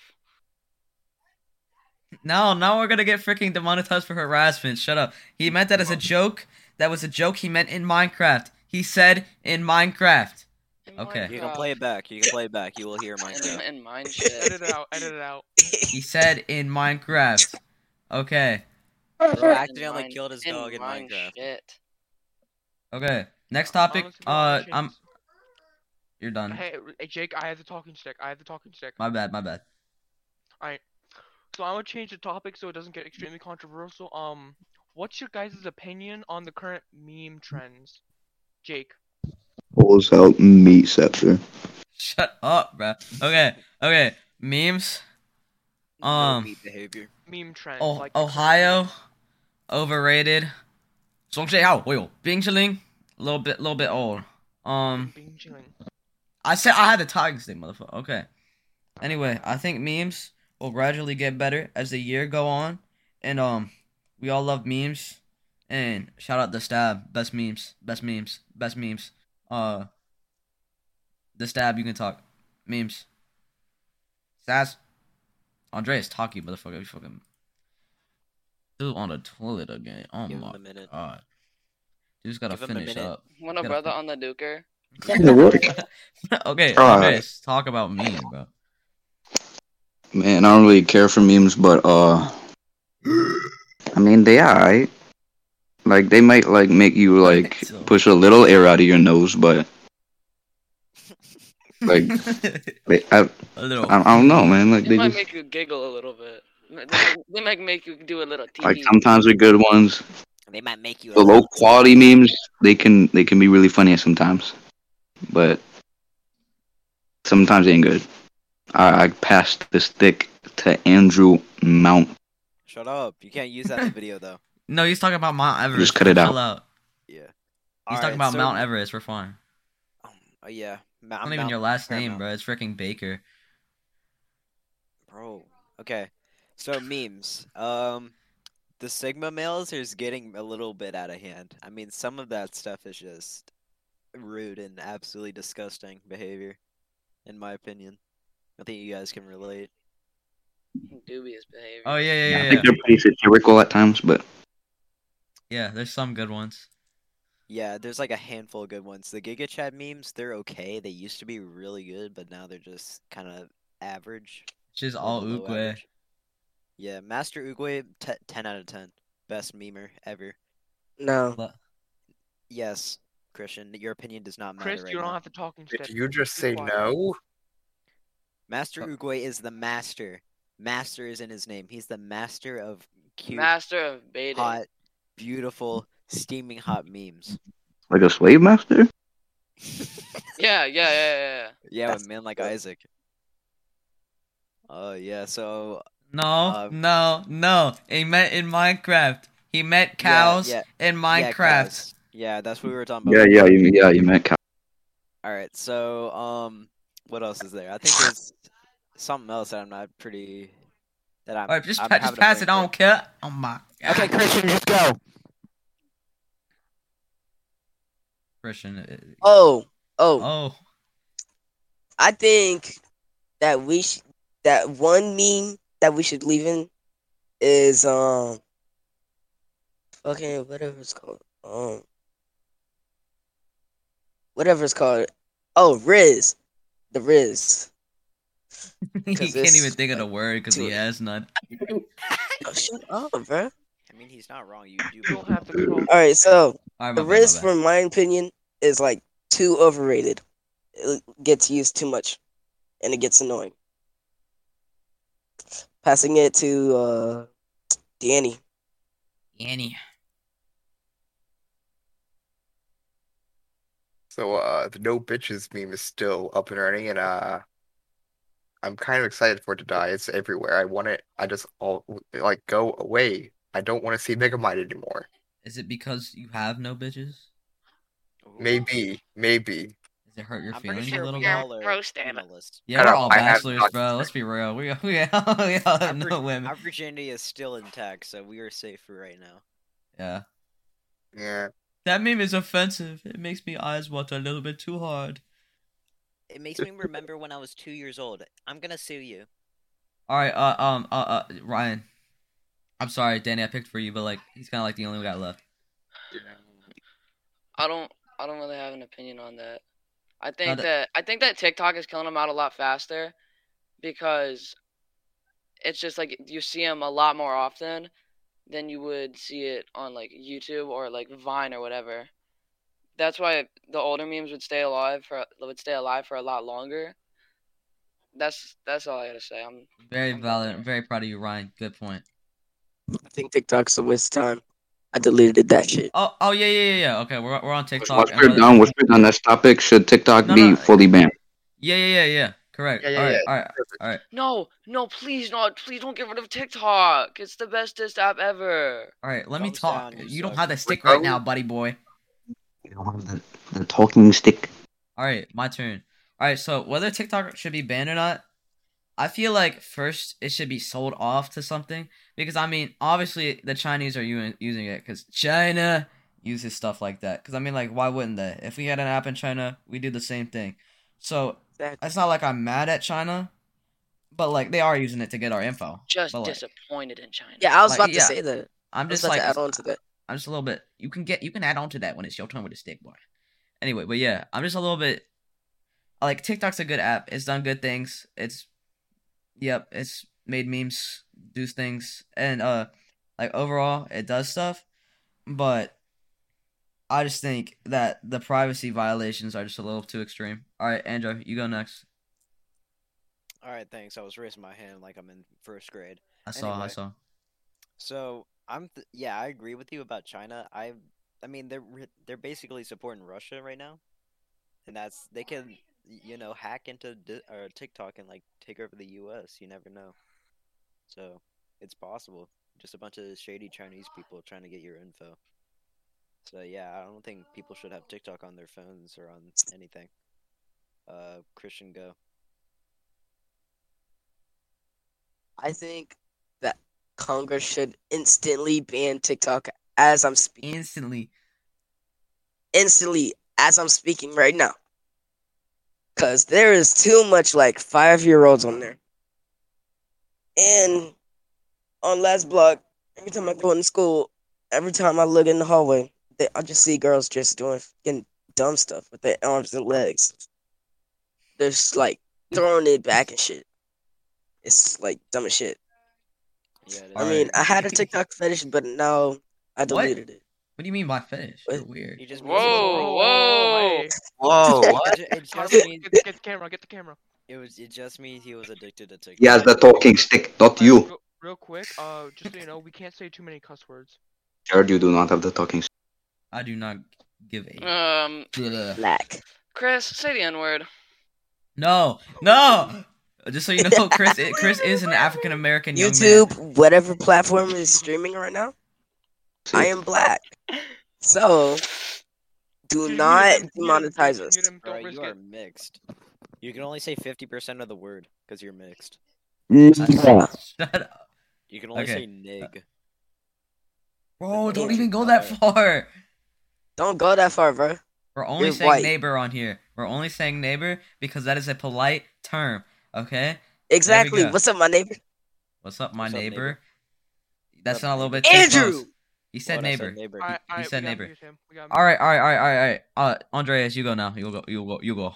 Speaker 2: No, now we're gonna get freaking demonetized for harassment. Shut up. He meant that as a joke. That was a joke he meant in Minecraft. He said in Minecraft.
Speaker 3: In
Speaker 2: Okay.
Speaker 5: You can
Speaker 3: Minecraft.
Speaker 5: play it back. You can play it back. You will hear my.
Speaker 3: In, in mind
Speaker 9: Edit
Speaker 3: shit.
Speaker 9: it out, edit it out.
Speaker 2: He said in Minecraft. Okay.
Speaker 5: Bro accidentally
Speaker 3: Mine-
Speaker 5: killed his
Speaker 3: in
Speaker 5: dog in
Speaker 3: mind
Speaker 5: Minecraft.
Speaker 3: Shit.
Speaker 2: Okay. Next topic.
Speaker 9: Honestly,
Speaker 2: Uh,
Speaker 9: shit
Speaker 2: I'm.
Speaker 9: is-
Speaker 2: You're done.
Speaker 9: Hey, hey, Jake, I have the talking stick. I have the talking stick.
Speaker 2: My bad. My bad.
Speaker 9: So I'm gonna change the topic so it doesn't get extremely controversial. Um, what's your guys' opinion on the current meme trends? Jake.
Speaker 7: Pulls out meat scepter.
Speaker 2: Shut up, bro. Okay. Okay. Memes.
Speaker 5: No
Speaker 2: Um,
Speaker 5: meat behavior.
Speaker 9: meme trend.
Speaker 2: Oh,
Speaker 9: like the current
Speaker 2: Ohio,
Speaker 9: meme.
Speaker 2: overrated. Song Bingling, little bit, little bit old. Um.
Speaker 9: Bing chilling.
Speaker 2: I said I had a tiger stick, motherfucker. Okay. Anyway, I think memes will gradually get better as the year go on, and um, we all love memes. And shout out the stab, best memes, best memes, best memes. Uh, the stab, you can talk memes. Stats. Andreas, talk you motherfucker. You fucking. Dude on the toilet again. Oh
Speaker 5: Give him
Speaker 2: my
Speaker 5: a minute.
Speaker 2: god. Dude's gotta
Speaker 5: Give him a
Speaker 2: finish
Speaker 5: minute.
Speaker 2: up.
Speaker 3: When a
Speaker 2: Gotta
Speaker 3: brother
Speaker 2: put-
Speaker 3: on the duker.
Speaker 7: the work.
Speaker 2: okay,
Speaker 7: God.
Speaker 2: okay, s- talk about me, bro.
Speaker 7: Man, I don't really care for memes, but uh, I mean they are. Right? Like they might like make you like
Speaker 2: So-
Speaker 7: push a little air out of your nose, but like they, I,
Speaker 2: a little.
Speaker 7: I I don't know, man. Like
Speaker 3: It
Speaker 7: they
Speaker 3: might
Speaker 7: just
Speaker 3: make you giggle a little bit. They- They might make you do a little TV.
Speaker 7: like sometimes they're good ones.
Speaker 5: They might make you a
Speaker 7: The low
Speaker 5: little
Speaker 7: quality memes they can they can be really funny sometimes, but sometimes they ain't good. I, I passed the stick to Andrew Mount.
Speaker 5: Shut up. You can't use that in the video though.
Speaker 2: no, he's talking about Mount Everest.
Speaker 7: Just cut it out.
Speaker 2: Chill out.
Speaker 5: Yeah. He's
Speaker 2: He's talking about Mount Everest. We're fine.
Speaker 5: Oh yeah. Ma-
Speaker 2: Not
Speaker 5: I'm
Speaker 2: even
Speaker 5: Mount-
Speaker 2: your last
Speaker 5: Fair
Speaker 2: name,
Speaker 5: amount.
Speaker 2: bro. It's freaking Baker.
Speaker 5: Bro. Okay. So memes. Um the Sigma males is getting a little bit out of hand. I mean some of that stuff is just rude and absolutely disgusting behavior, in my opinion. I think you guys can relate.
Speaker 3: Dubious behavior.
Speaker 2: Oh yeah, yeah,
Speaker 7: I
Speaker 2: yeah, yeah.
Speaker 7: think they're pretty satirical at times, but
Speaker 2: Yeah, there's some good ones.
Speaker 5: Yeah, there's like a handful of good ones. The Giga Chat memes, they're okay. They used to be really good, but now they're just kind of average.
Speaker 2: She's
Speaker 5: or
Speaker 2: all
Speaker 5: below
Speaker 2: Uguay.
Speaker 5: average. Yeah, Master Oogway, te 10 out of 10. Best memer ever.
Speaker 6: No.
Speaker 2: But
Speaker 5: Yes, Christian, your opinion does not matter
Speaker 9: Chris,
Speaker 5: right
Speaker 9: you don't
Speaker 5: now.
Speaker 9: have to talk instead.
Speaker 4: Did you just
Speaker 9: Be
Speaker 4: say
Speaker 9: quiet.
Speaker 4: no?
Speaker 5: Master
Speaker 9: Oh.
Speaker 5: Oogway is the master. Master is in his name. He's the master of cute,
Speaker 3: Master of baiting.
Speaker 5: hot, beautiful, steaming hot memes.
Speaker 7: like a slave master.
Speaker 3: Yeah, yeah, yeah, yeah, yeah.
Speaker 5: Yeah,
Speaker 6: That's
Speaker 5: with men like
Speaker 6: good.
Speaker 5: Isaac. Oh, yeah, so
Speaker 2: no,
Speaker 5: Uh,
Speaker 2: no, no. He met in Minecraft. He met cows
Speaker 5: yeah,
Speaker 2: in
Speaker 5: Yeah,
Speaker 2: Minecraft.
Speaker 5: Kaz. Yeah, that's what we were talking
Speaker 7: Yeah,
Speaker 5: about.
Speaker 7: yeah, you, yeah. You met Cal.
Speaker 5: All right, so um, what else is there? I think there's something else that I'm not pretty that I'm.
Speaker 2: All right, just,
Speaker 5: I'm
Speaker 2: pa-
Speaker 5: having
Speaker 2: just
Speaker 5: a
Speaker 2: pass
Speaker 5: brain
Speaker 2: it. I don't
Speaker 5: break.
Speaker 2: care. Oh my. God.
Speaker 5: Okay, Christian, just go.
Speaker 2: Christian. uh,
Speaker 6: Oh, oh,
Speaker 2: Oh,
Speaker 6: I think that we sh- that one meme that we should leave in is um fucking whatever it's called um whatever it's called oh Riz the Riz
Speaker 2: he
Speaker 6: 'Cause
Speaker 2: can't
Speaker 6: it's
Speaker 2: even think of the word because he
Speaker 6: too-
Speaker 2: has none.
Speaker 6: oh, shut up, bro.
Speaker 5: I mean, he's not wrong. You do.
Speaker 9: You don't have to talk.
Speaker 6: All right, so
Speaker 2: All right, my
Speaker 6: the
Speaker 2: bad, my
Speaker 6: Riz,
Speaker 2: bad.
Speaker 6: from my opinion, is like too overrated. It gets used too much, and it gets annoying. Passing it to uh Danny.
Speaker 2: Annie.
Speaker 4: So uh the no bitches meme is still up and running and uh I'm kind of excited for it to die. It's everywhere. I want it. I just all like go away. I don't want to see Megamind anymore.
Speaker 2: Is it because you have no bitches?
Speaker 4: Maybe, maybe.
Speaker 2: Does it hurt your
Speaker 5: I'm pretty
Speaker 2: feelings
Speaker 5: sure
Speaker 2: a little
Speaker 5: we
Speaker 2: bit?
Speaker 5: all are
Speaker 3: Roasted.
Speaker 5: feminist.
Speaker 2: Yeah,
Speaker 4: I
Speaker 2: we're
Speaker 4: don't-
Speaker 2: all
Speaker 4: I have
Speaker 2: bachelors,
Speaker 4: not-
Speaker 2: bro. Let's be real. We, we, all, we all have no women.
Speaker 5: Our virginity is still intact, so we are safe for right now.
Speaker 2: Yeah.
Speaker 4: Yeah.
Speaker 2: That meme is offensive. It makes me eyes water a little bit too hard.
Speaker 5: It makes me remember when I was two years old. I'm gonna sue you.
Speaker 2: All right, uh, um, uh, uh, Ryan. I'm sorry, Danny. I picked for you, but like, he's kind of like the only guy left.
Speaker 3: I don't I don't really have an opinion on that. I think
Speaker 2: Not a-
Speaker 3: that I think that TikTok is killing them out a lot faster because it's just like you see them a lot more often than you would see it on like YouTube or like Vine or whatever. That's why the older memes would stay alive for would stay alive for a lot longer. That's that's all I gotta say. I'm
Speaker 2: Very
Speaker 3: I'm not
Speaker 2: valid.
Speaker 3: sure.
Speaker 2: I'm very proud of you, Ryan. Good point.
Speaker 6: I think TikTok's a waste of time. I deleted that shit.
Speaker 2: Oh, oh yeah, yeah, yeah. yeah. Okay, we're we're on TikTok.
Speaker 7: Once
Speaker 2: and
Speaker 7: we're
Speaker 2: other-
Speaker 7: done, once we're done this topic, should TikTok
Speaker 2: No,
Speaker 7: be
Speaker 2: no.
Speaker 7: fully banned?
Speaker 2: Yeah, yeah, yeah, yeah. Correct.
Speaker 4: Yeah, yeah,
Speaker 2: all right,
Speaker 4: yeah.
Speaker 2: all right.
Speaker 3: No, no, please not. Please don't get rid of TikTok. It's the bestest app ever.
Speaker 2: All right, let me
Speaker 5: Thumbs
Speaker 2: talk.
Speaker 5: down, you
Speaker 2: you don't
Speaker 5: suck.
Speaker 2: have the stick
Speaker 4: Wait,
Speaker 2: right
Speaker 4: oh.
Speaker 2: now, buddy boy.
Speaker 7: You don't have the, the talking stick.
Speaker 2: All right, my turn. All right, so whether TikTok should be banned or not, I feel like first it should be sold off to something because I mean, obviously the Chinese are u- using it because China uses stuff like that. Because I mean, like, why wouldn't they? If we had an app in China, we do the same thing. So
Speaker 6: Exactly.
Speaker 2: it's not like I'm mad at China, but like they are using it to get our info.
Speaker 3: Just
Speaker 2: But, like,
Speaker 3: disappointed in China.
Speaker 6: Yeah, I was
Speaker 2: Like,
Speaker 6: about
Speaker 2: yeah.
Speaker 6: to say that.
Speaker 2: I'm
Speaker 6: I was
Speaker 2: just
Speaker 6: about
Speaker 2: like
Speaker 6: to add on to that.
Speaker 2: I'm just a little bit. You can get you can add on to that when it's your turn with a stick, boy. Anyway, but yeah, I'm just a little bit. I Like TikTok's a good app. It's done good things. It's, yep, it's made memes, do things, and uh, like overall, it does stuff. But I just think that the privacy violations are just a little too extreme. All right, Andrew, you go next.
Speaker 5: All right, thanks. I was raising my hand like I'm in first grade.
Speaker 2: I saw. I
Speaker 5: Anyway.
Speaker 2: saw.
Speaker 5: So I'm th yeah, I agree with you about China. I I mean they're re- they're basically supporting Russia right now, and that's they can you know hack into di or TikTok and like take over the U.S. You never know, so it's possible. Just a bunch of shady Chinese people trying to get your info. So yeah, I don't think people should have TikTok on their phones or on anything. Uh, Christian, go.
Speaker 6: I think that Congress should instantly ban TikTok as I'm speaking.
Speaker 2: Instantly,
Speaker 6: instantly as I'm speaking right now. Cause there is too much like five year olds on there. And on last block, every time I go in school, every time I look in the hallway, they, I just see girls just doing fucking dumb stuff with their arms and legs. They're just like throwing it back and shit. It's like dumb as shit.
Speaker 5: Yeah, it
Speaker 6: I
Speaker 5: is.
Speaker 6: mean, I had a TikTok fetish, but now I
Speaker 2: What?
Speaker 6: deleted it.
Speaker 2: what do you mean by fetish? You're
Speaker 6: What?
Speaker 2: weird.
Speaker 5: You just mean-
Speaker 9: Oh,
Speaker 3: Whoa, whoa.
Speaker 7: Whoa, what?
Speaker 5: Oh, It ju- it
Speaker 9: Get,
Speaker 5: just means
Speaker 9: get, get the camera, get the camera.
Speaker 5: It was it just means he was addicted to TikTok.
Speaker 7: Yes, the talking stick, not
Speaker 9: Guys,
Speaker 7: you.
Speaker 9: Real, real quick, uh, just so you know, we can't say too many cuss words.
Speaker 7: Jared, you do not have the talking stick.
Speaker 2: I do not give
Speaker 5: Uh,
Speaker 2: a.
Speaker 3: Um,
Speaker 6: Black.
Speaker 3: Chris, say the N word.
Speaker 2: No, no. Just so you know, Chris, i- Chris is an African American young man.
Speaker 6: YouTube, whatever platform is streaming right now, I am black. So do not demonetize us.
Speaker 5: Bro, you are mixed. You can only say fifty percent of the word because you're mixed.
Speaker 2: Uh, Shut up,
Speaker 5: You can only
Speaker 2: Okay.
Speaker 5: say nig.
Speaker 2: bro. Don't
Speaker 5: Yeah.
Speaker 2: even go that far.
Speaker 6: Don't go that far, bro.
Speaker 2: We're only
Speaker 6: You're
Speaker 2: saying
Speaker 6: white.
Speaker 2: neighbor on here. We're only saying neighbor because that is a polite term. Okay.
Speaker 6: Exactly.
Speaker 2: go.
Speaker 6: What's up, my neighbor?
Speaker 2: What's up, my
Speaker 5: What's up,
Speaker 2: neighbor?
Speaker 5: neighbor?
Speaker 2: That's
Speaker 5: What's
Speaker 2: not
Speaker 5: up,
Speaker 2: a little bit too
Speaker 6: Andrew!
Speaker 2: close. He said
Speaker 5: What, I
Speaker 2: neighbor.
Speaker 5: neighbor.
Speaker 9: Alright,
Speaker 2: He- he
Speaker 9: alright, we
Speaker 2: said
Speaker 9: gotta
Speaker 2: neighbor.
Speaker 9: mute him, we gotta
Speaker 2: All right, all right, all right, all right, all right. Uh, Andreas, you go now. You go. You go. You go.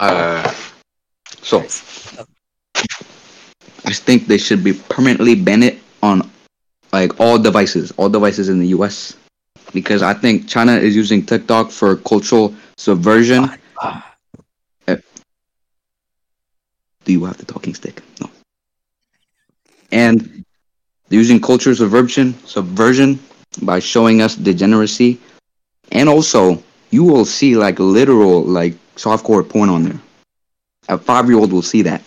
Speaker 7: Uh, so
Speaker 6: Oh,
Speaker 7: I think they should be permanently banned on like all devices, all devices in the U.S. Because I think China is using TikTok for cultural subversion.
Speaker 6: God. Ah,
Speaker 7: Do you have the talking stick? No. And they're using culture subversion, subversion by showing us degeneracy, and also you will see like literal like softcore porn on there. A five-year-old will see that,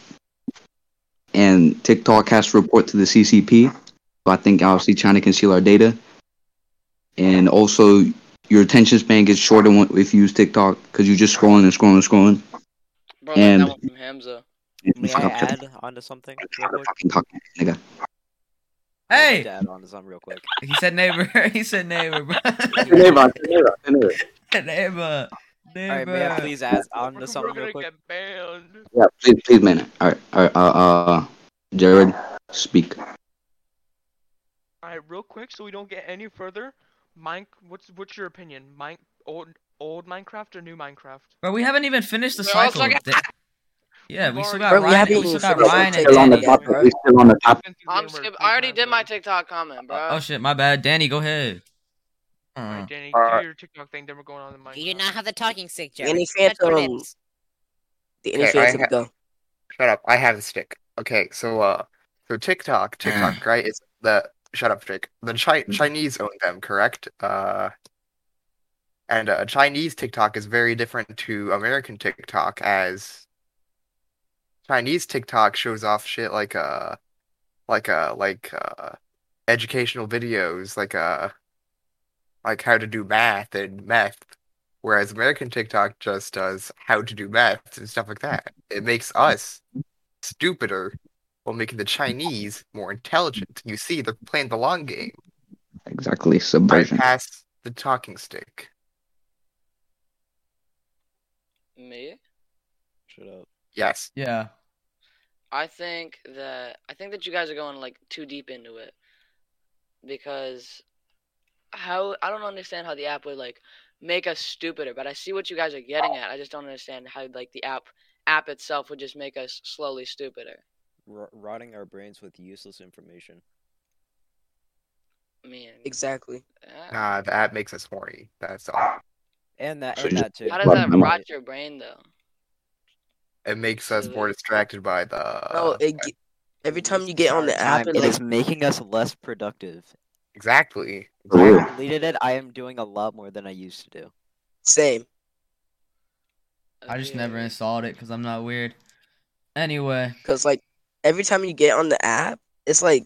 Speaker 7: and TikTok has to report to the CCP. So I think obviously China can steal our data, and also your attention span gets shorter when- if you use TikTok because you're just scrolling and scrolling and scrolling.
Speaker 3: Bro, like that
Speaker 7: And-
Speaker 3: one from Hamza.
Speaker 5: May I add onto something real quick?
Speaker 7: Fucking talking,
Speaker 5: I
Speaker 7: nigga.
Speaker 5: need to
Speaker 2: Hey,
Speaker 5: add onto something real quick.
Speaker 2: he said neighbor. he said neighbor. Bro. neighbor.
Speaker 5: All right, may I
Speaker 2: Neighbor.
Speaker 5: please add
Speaker 9: mute him.
Speaker 5: onto
Speaker 9: We're-
Speaker 5: something
Speaker 9: We're gonna
Speaker 5: real quick?
Speaker 9: get banned.
Speaker 7: Yeah, please, please, man. All right, all right, uh, uh, Jared, speak.
Speaker 9: Alright, real quick, so we don't get any further. Mine, what's what's your opinion? Mine, old old Minecraft or new Minecraft?
Speaker 2: Bro, we haven't even finished the
Speaker 3: We're all
Speaker 2: cycle.
Speaker 3: talking-
Speaker 2: Da- yeah, we still got
Speaker 6: Bro, we
Speaker 2: Ryan.
Speaker 6: haven't
Speaker 2: We still
Speaker 6: even
Speaker 2: got
Speaker 6: finished
Speaker 2: Ryan
Speaker 6: the
Speaker 2: and
Speaker 7: Still on the
Speaker 2: Danny.
Speaker 7: top. We still on the top.
Speaker 3: I'm skip. I already did my TikTok comment, bro.
Speaker 2: Oh shit, my bad. Danny, go ahead. Uh,
Speaker 9: Alright, Danny,
Speaker 4: Uh,
Speaker 9: do your TikTok thing, then we're going on the Minecraft.
Speaker 8: You do not have the talking stick, Jared.
Speaker 6: Any
Speaker 8: Touch your
Speaker 6: phantom-
Speaker 8: lips.
Speaker 6: The
Speaker 4: Okay, I
Speaker 6: initiative
Speaker 4: ha-
Speaker 6: go.
Speaker 4: Shut up. I have the stick. Okay, so uh so TikTok, TikTok, right? It's the shut up, Drake. The Chi Chinese own them, correct? Uh and uh Chinese TikTok is very different to American TikTok as Chinese TikTok shows off shit like uh like uh like uh educational videos like uh like how to do math and math. Whereas American TikTok just does how to do math and stuff like that. It makes us stupider while making the Chinese more intelligent. You see, they're playing the long game.
Speaker 7: Exactly,
Speaker 4: I
Speaker 7: subversion.
Speaker 4: pass the talking stick.
Speaker 3: Me?
Speaker 5: Shut up.
Speaker 4: Yes.
Speaker 2: yeah.
Speaker 3: I think that I think that you guys are going like too deep into it. because how I don't understand how the app would like make us stupider, but I see what you guys are getting at. I just don't understand how like the app app itself would just make us slowly stupider.
Speaker 5: R- rotting our brains with useless information.
Speaker 3: I mean,
Speaker 6: Exactly.
Speaker 3: uh,
Speaker 4: Nah, the app makes us horny. That's all.
Speaker 5: And that,
Speaker 7: So
Speaker 5: and
Speaker 7: you-
Speaker 5: that too.
Speaker 3: how does that
Speaker 7: Right.
Speaker 3: rot your brain though?
Speaker 4: It makes us more distracted by the.
Speaker 6: No, it ge- every Uh, time you get on the app, it
Speaker 5: it
Speaker 6: like
Speaker 5: is making us less productive.
Speaker 4: exactly.
Speaker 7: For
Speaker 5: I
Speaker 7: real.
Speaker 5: deleted it. I am doing a lot more than I used to do.
Speaker 6: same.
Speaker 2: I just never
Speaker 3: Okay.
Speaker 2: installed it because I'm not weird. Anyway,
Speaker 6: Cause like every time you get on the app, it's like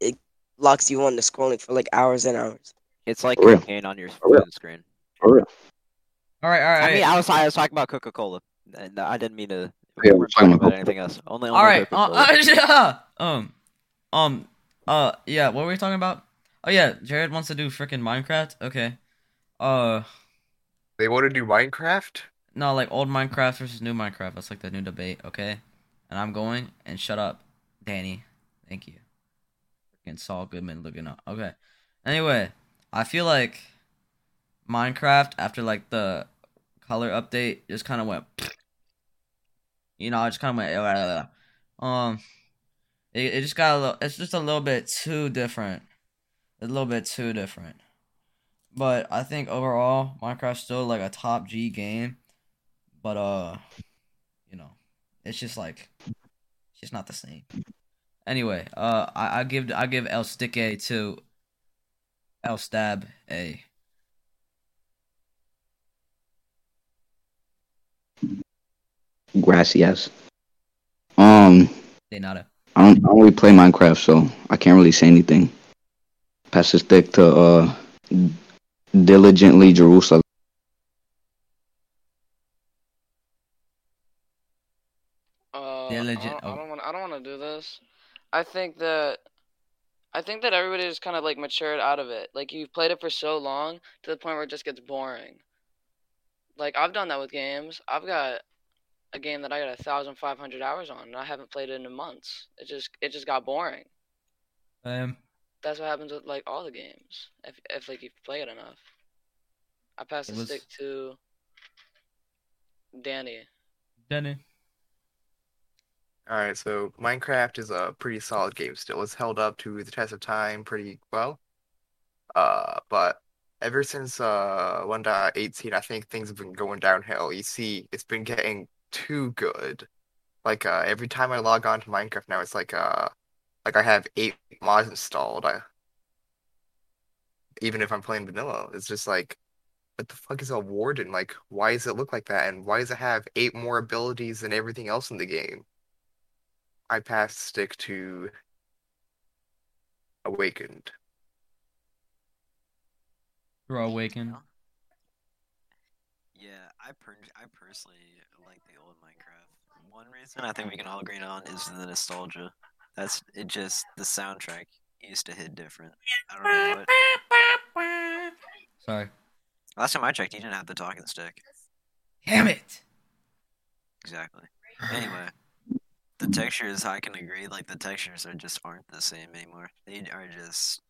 Speaker 6: it locks you on to scrolling for like hours and hours.
Speaker 5: It's like
Speaker 7: For real.
Speaker 5: cocaine on your
Speaker 7: For real.
Speaker 5: phone screen.
Speaker 7: For real.
Speaker 2: all right, all right,
Speaker 5: I mean, I was I was talking about Coca Cola, and I didn't mean to. we
Speaker 7: Yeah, we're
Speaker 5: weren't
Speaker 7: talking
Speaker 5: talking
Speaker 7: about
Speaker 5: about anything else. Only, only
Speaker 2: all right.
Speaker 5: Coca
Speaker 2: Uh,
Speaker 5: Cola.
Speaker 2: uh, um, um, uh, yeah. What were we talking about? Oh yeah, Jared wants to do freaking Minecraft. Okay. Uh,
Speaker 4: They want to do Minecraft.
Speaker 2: no, like old Minecraft versus new Minecraft. That's like the new debate. Okay. And I'm going and shut up, Danny. Thank you. Freaking Saul Goodman looking up. Okay. Anyway, I feel like Minecraft after like the color update just kind of went. You know, I just kind of went. Um, it, it just got a little. It's just a little bit too different. A little bit too different. But I think overall, Minecraft's still like a top G game. But uh, you know, it's just like, it's just not the same. Anyway, uh, I, I give I give El Stick A to El Stab A.
Speaker 7: Grassy ass. Um,
Speaker 2: They not a
Speaker 7: I don't, I don't really play Minecraft, so I can't really say anything. Pass the stick to uh, diligently Jerusalem.
Speaker 3: Uh, I
Speaker 2: Diligent-
Speaker 3: don't, I don't want. I don't want to do this. I think that. I think that everybody just kind of like matured out of it. Like you've played it for so long to the point where it just gets boring. Like I've done that with games. I've got a game that I got a thousand five hundred hours on, and I haven't played it in months. It just it just got boring.
Speaker 2: um.
Speaker 3: That's what happens with like all the games. If if like you play it enough, I pass the
Speaker 2: It was-
Speaker 3: stick to Danny.
Speaker 2: Danny.
Speaker 4: All right, so Minecraft is a pretty solid game still. It's held up to the test of time pretty well. Uh, but ever since uh 1.18, I think things have been going downhill. You see, it's been getting too good. Like uh, every time I log on to Minecraft now, it's like uh like I have eight mods installed. I, even if I'm playing vanilla, it's just like, what the fuck is a warden? Like, why does it look like that? And why does it have eight more abilities than everything else in the game? I pass stick to Awakened.
Speaker 2: You're awakened.
Speaker 5: Yeah, I per- I personally like the old Minecraft. One reason I think we can all agree on is the nostalgia. That's it. Just the soundtrack used to hit different. I don't know what.
Speaker 2: Sorry.
Speaker 5: Last time I checked, he didn't have the talking stick.
Speaker 2: Damn it.
Speaker 5: Exactly. Anyway, the textures I can agree. Like the textures are just aren't the same anymore. They are just.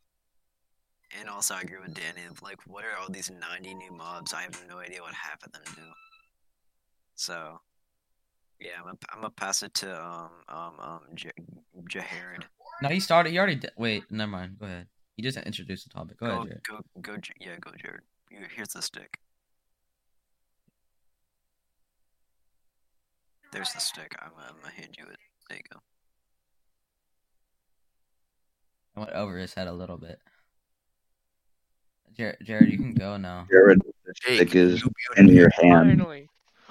Speaker 5: And also, I agree with Danny. of, Like, what are all these ninety new mobs? I have no idea what half of them do. So, yeah, I'm gonna I'm gonna pass it to um um um J- Jahared.
Speaker 2: No, he started. He already. Did. Wait, never mind. Go ahead. He just introduced the topic. Go ahead,
Speaker 5: Go
Speaker 2: Jared.
Speaker 5: go go. J- Yeah, go Jared. Here- Here's the stick. There's the stick. I'm, I'm gonna hand you it. There you go.
Speaker 2: I went over his head a little bit. Jared, Jared, you can go now.
Speaker 7: Jared, the
Speaker 4: Jake,
Speaker 7: stick is
Speaker 4: you
Speaker 7: in
Speaker 4: muted me.
Speaker 7: your hand.
Speaker 9: Finally.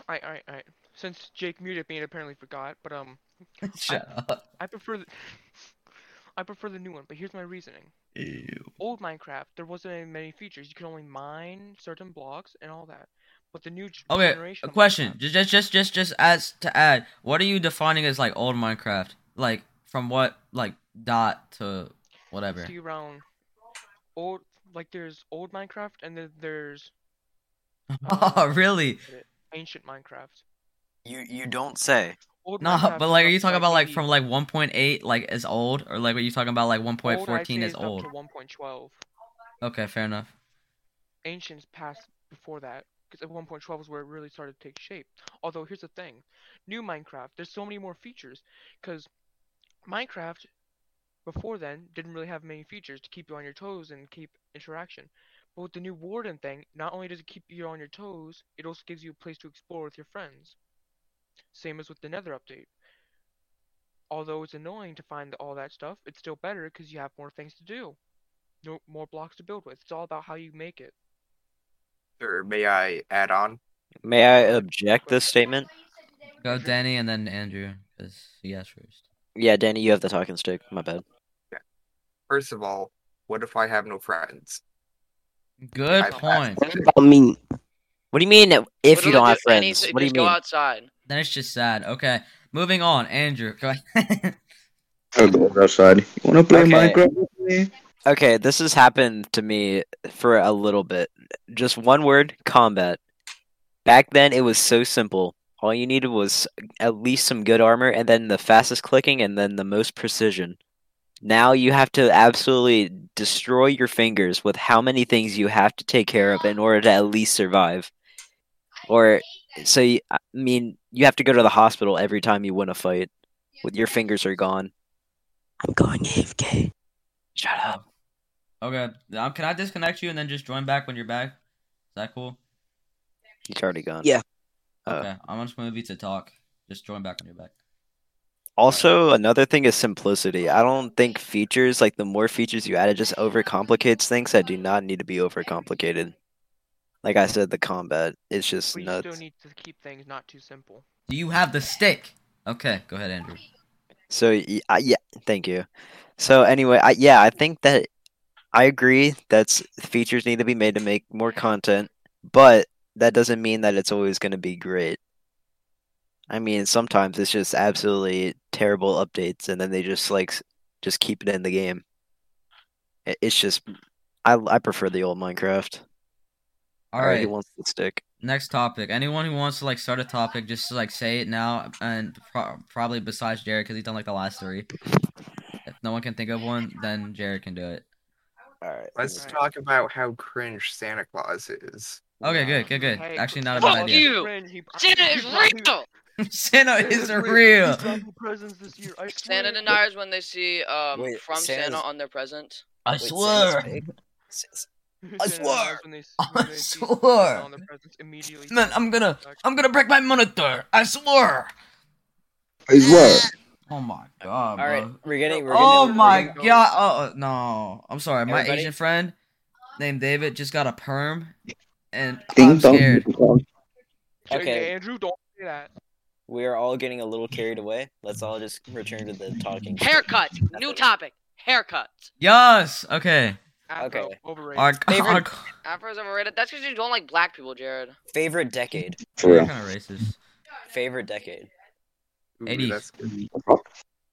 Speaker 9: Alright, alright, alright. Since Jake muted me and apparently forgot, but um,
Speaker 2: Shut up.
Speaker 9: I prefer the, I prefer the new one. But here's my reasoning.
Speaker 2: Ew.
Speaker 9: Old Minecraft, there wasn't any- many features. You could only mine certain blocks and all that. But the new g-
Speaker 2: Okay,
Speaker 9: generation.
Speaker 2: a
Speaker 9: of
Speaker 2: question.
Speaker 9: Minecraft-
Speaker 2: Just, just, just, just, just as to add, what are you defining as like old Minecraft? Like from what, like dot to whatever.
Speaker 9: See around old like there's old Minecraft and then there's
Speaker 2: Oh, really?
Speaker 9: ancient Minecraft.
Speaker 5: You you don't say.
Speaker 9: Old
Speaker 2: Nah,
Speaker 9: Minecraft
Speaker 2: but
Speaker 9: is
Speaker 2: like, are
Speaker 9: up
Speaker 2: you
Speaker 9: to,
Speaker 2: talking about like
Speaker 9: the
Speaker 2: from like 1.8 like is old, or like are you talking about like
Speaker 9: old
Speaker 2: 1.14
Speaker 9: ICA
Speaker 2: is
Speaker 9: up
Speaker 2: old?
Speaker 9: to 1.12.
Speaker 2: Okay, fair enough.
Speaker 9: Ancients passed before that because at 1.12 is where it really started to take shape. Although here's the thing, new Minecraft, there's so many more features because Minecraft before then didn't really have many features to keep you on your toes and keep interaction. But with the new Warden thing, not only does it keep you on your toes, it also gives you a place to explore with your friends. Same as with the Nether update. Although it's annoying to find all that stuff, it's still better because you have more things to do, no, more blocks to build with. It's all about how you make it.
Speaker 4: Sir, may I add on?
Speaker 5: May I object this statement?
Speaker 2: Go
Speaker 9: Andrew?
Speaker 2: Danny and then Andrew, because he asked first.
Speaker 5: Yeah, Danny, you have the talking stick. My bad.
Speaker 4: First of all, what if I have no friends?
Speaker 2: Good
Speaker 4: I passed
Speaker 2: point.
Speaker 4: it.
Speaker 6: I mean,
Speaker 5: What do you mean if you
Speaker 3: Literally
Speaker 5: don't have
Speaker 3: do anything,
Speaker 5: friends? What do you
Speaker 3: just go
Speaker 5: mean?
Speaker 3: outside.
Speaker 2: Then it's just sad. Okay, moving on. Andrew, go ahead.
Speaker 7: I'll Oh, go outside. You wanna play
Speaker 5: Okay.
Speaker 7: Minecraft with me?
Speaker 5: Okay, this has happened to me for a little bit. Just one word, combat. Back then, it was so simple. All you needed was at least some good armor, and then the fastest clicking, and then the most precision. Now you have to absolutely destroy your fingers with how many things you have to take care of in order to at least survive. Or, so you, I mean, you have to go to the hospital every time you win a fight. With your fingers are gone.
Speaker 6: I'm going AFK.
Speaker 5: Shut up.
Speaker 2: okay, um, can I disconnect you and then just join back when you're back? Is that cool?
Speaker 5: He's already gone.
Speaker 6: Yeah.
Speaker 5: Oh.
Speaker 2: Okay, I'm just gonna move you to talk. Just join back when you're back.
Speaker 5: Also, another thing is simplicity. I don't think features, like the more features you add, it just overcomplicates things that do not need to be overcomplicated. Like I said, the combat is just
Speaker 9: But you
Speaker 5: nuts.
Speaker 9: still need to keep things not too simple.
Speaker 2: Do you have the stick? Okay, go ahead, Andrew.
Speaker 5: So y- I- yeah, thank you. So anyway, I, yeah, I think that I agree that features need to be made to make more content, but that doesn't mean that it's always going to be great. I mean, sometimes it's just absolutely terrible updates, and then they just like s- just keep it in the game. I- It's just I I prefer the old Minecraft.
Speaker 2: All
Speaker 5: Alright, he
Speaker 2: right.
Speaker 5: wants the stick.
Speaker 2: Next topic. Anyone who wants to like start a topic, just like say it now, and pro- probably besides Jared because he's done like the last three. If no one can think of one, then Jared can do it.
Speaker 5: Alright.
Speaker 4: Let's
Speaker 9: Right.
Speaker 4: talk about how cringe Santa Claus is.
Speaker 2: Okay, good, good, good.
Speaker 9: Hey,
Speaker 2: Actually, not a
Speaker 9: Fuck
Speaker 2: bad idea.
Speaker 3: you!
Speaker 9: Friend, he-
Speaker 3: Santa
Speaker 9: he
Speaker 3: is
Speaker 9: brought me-
Speaker 3: real!
Speaker 2: Santa
Speaker 9: Santa
Speaker 2: is
Speaker 9: is
Speaker 2: real.
Speaker 9: He brought me presents this year. I
Speaker 3: Santa
Speaker 9: swear.
Speaker 3: deniers when they see um,
Speaker 5: Wait,
Speaker 3: from Santa
Speaker 5: Santa's-
Speaker 3: on their presents.
Speaker 2: I
Speaker 5: Wait, Santa's
Speaker 2: swear.
Speaker 5: fake? S- s-
Speaker 9: Santa deniers
Speaker 2: swear.
Speaker 9: when they s-
Speaker 2: I
Speaker 9: when they see Santa
Speaker 2: swear.
Speaker 9: On their presents immediately.
Speaker 2: Man, I'm gonna,
Speaker 9: Like,
Speaker 2: I'm gonna break my monitor. I swear.
Speaker 7: I swear.
Speaker 2: Oh my god,
Speaker 5: Alright,
Speaker 2: bro.
Speaker 5: we're getting we're
Speaker 2: Oh
Speaker 5: getting,
Speaker 2: my
Speaker 5: we're getting-
Speaker 2: god. Oh oh, no, I'm sorry. My
Speaker 5: Everybody?
Speaker 2: Asian friend named David just got a perm, and I'm
Speaker 7: Ding dong.
Speaker 2: scared.
Speaker 9: "Hey,
Speaker 5: Okay.
Speaker 9: Andrew, don't say that.
Speaker 5: we are all getting a little carried away. Let's all just return to the talking. stick.
Speaker 3: Haircuts. New topic. Haircuts.
Speaker 2: Yes. Okay.
Speaker 9: Afro,
Speaker 5: Okay.
Speaker 9: overrated.
Speaker 2: Our, our,
Speaker 5: Favorite-
Speaker 3: Afros overrated. That's because you don't like black people, Jared.
Speaker 5: Favorite decade.
Speaker 7: For real.
Speaker 2: kind of racist.
Speaker 5: Favorite decade.
Speaker 4: Ooh,
Speaker 2: Eighties.
Speaker 4: that's good.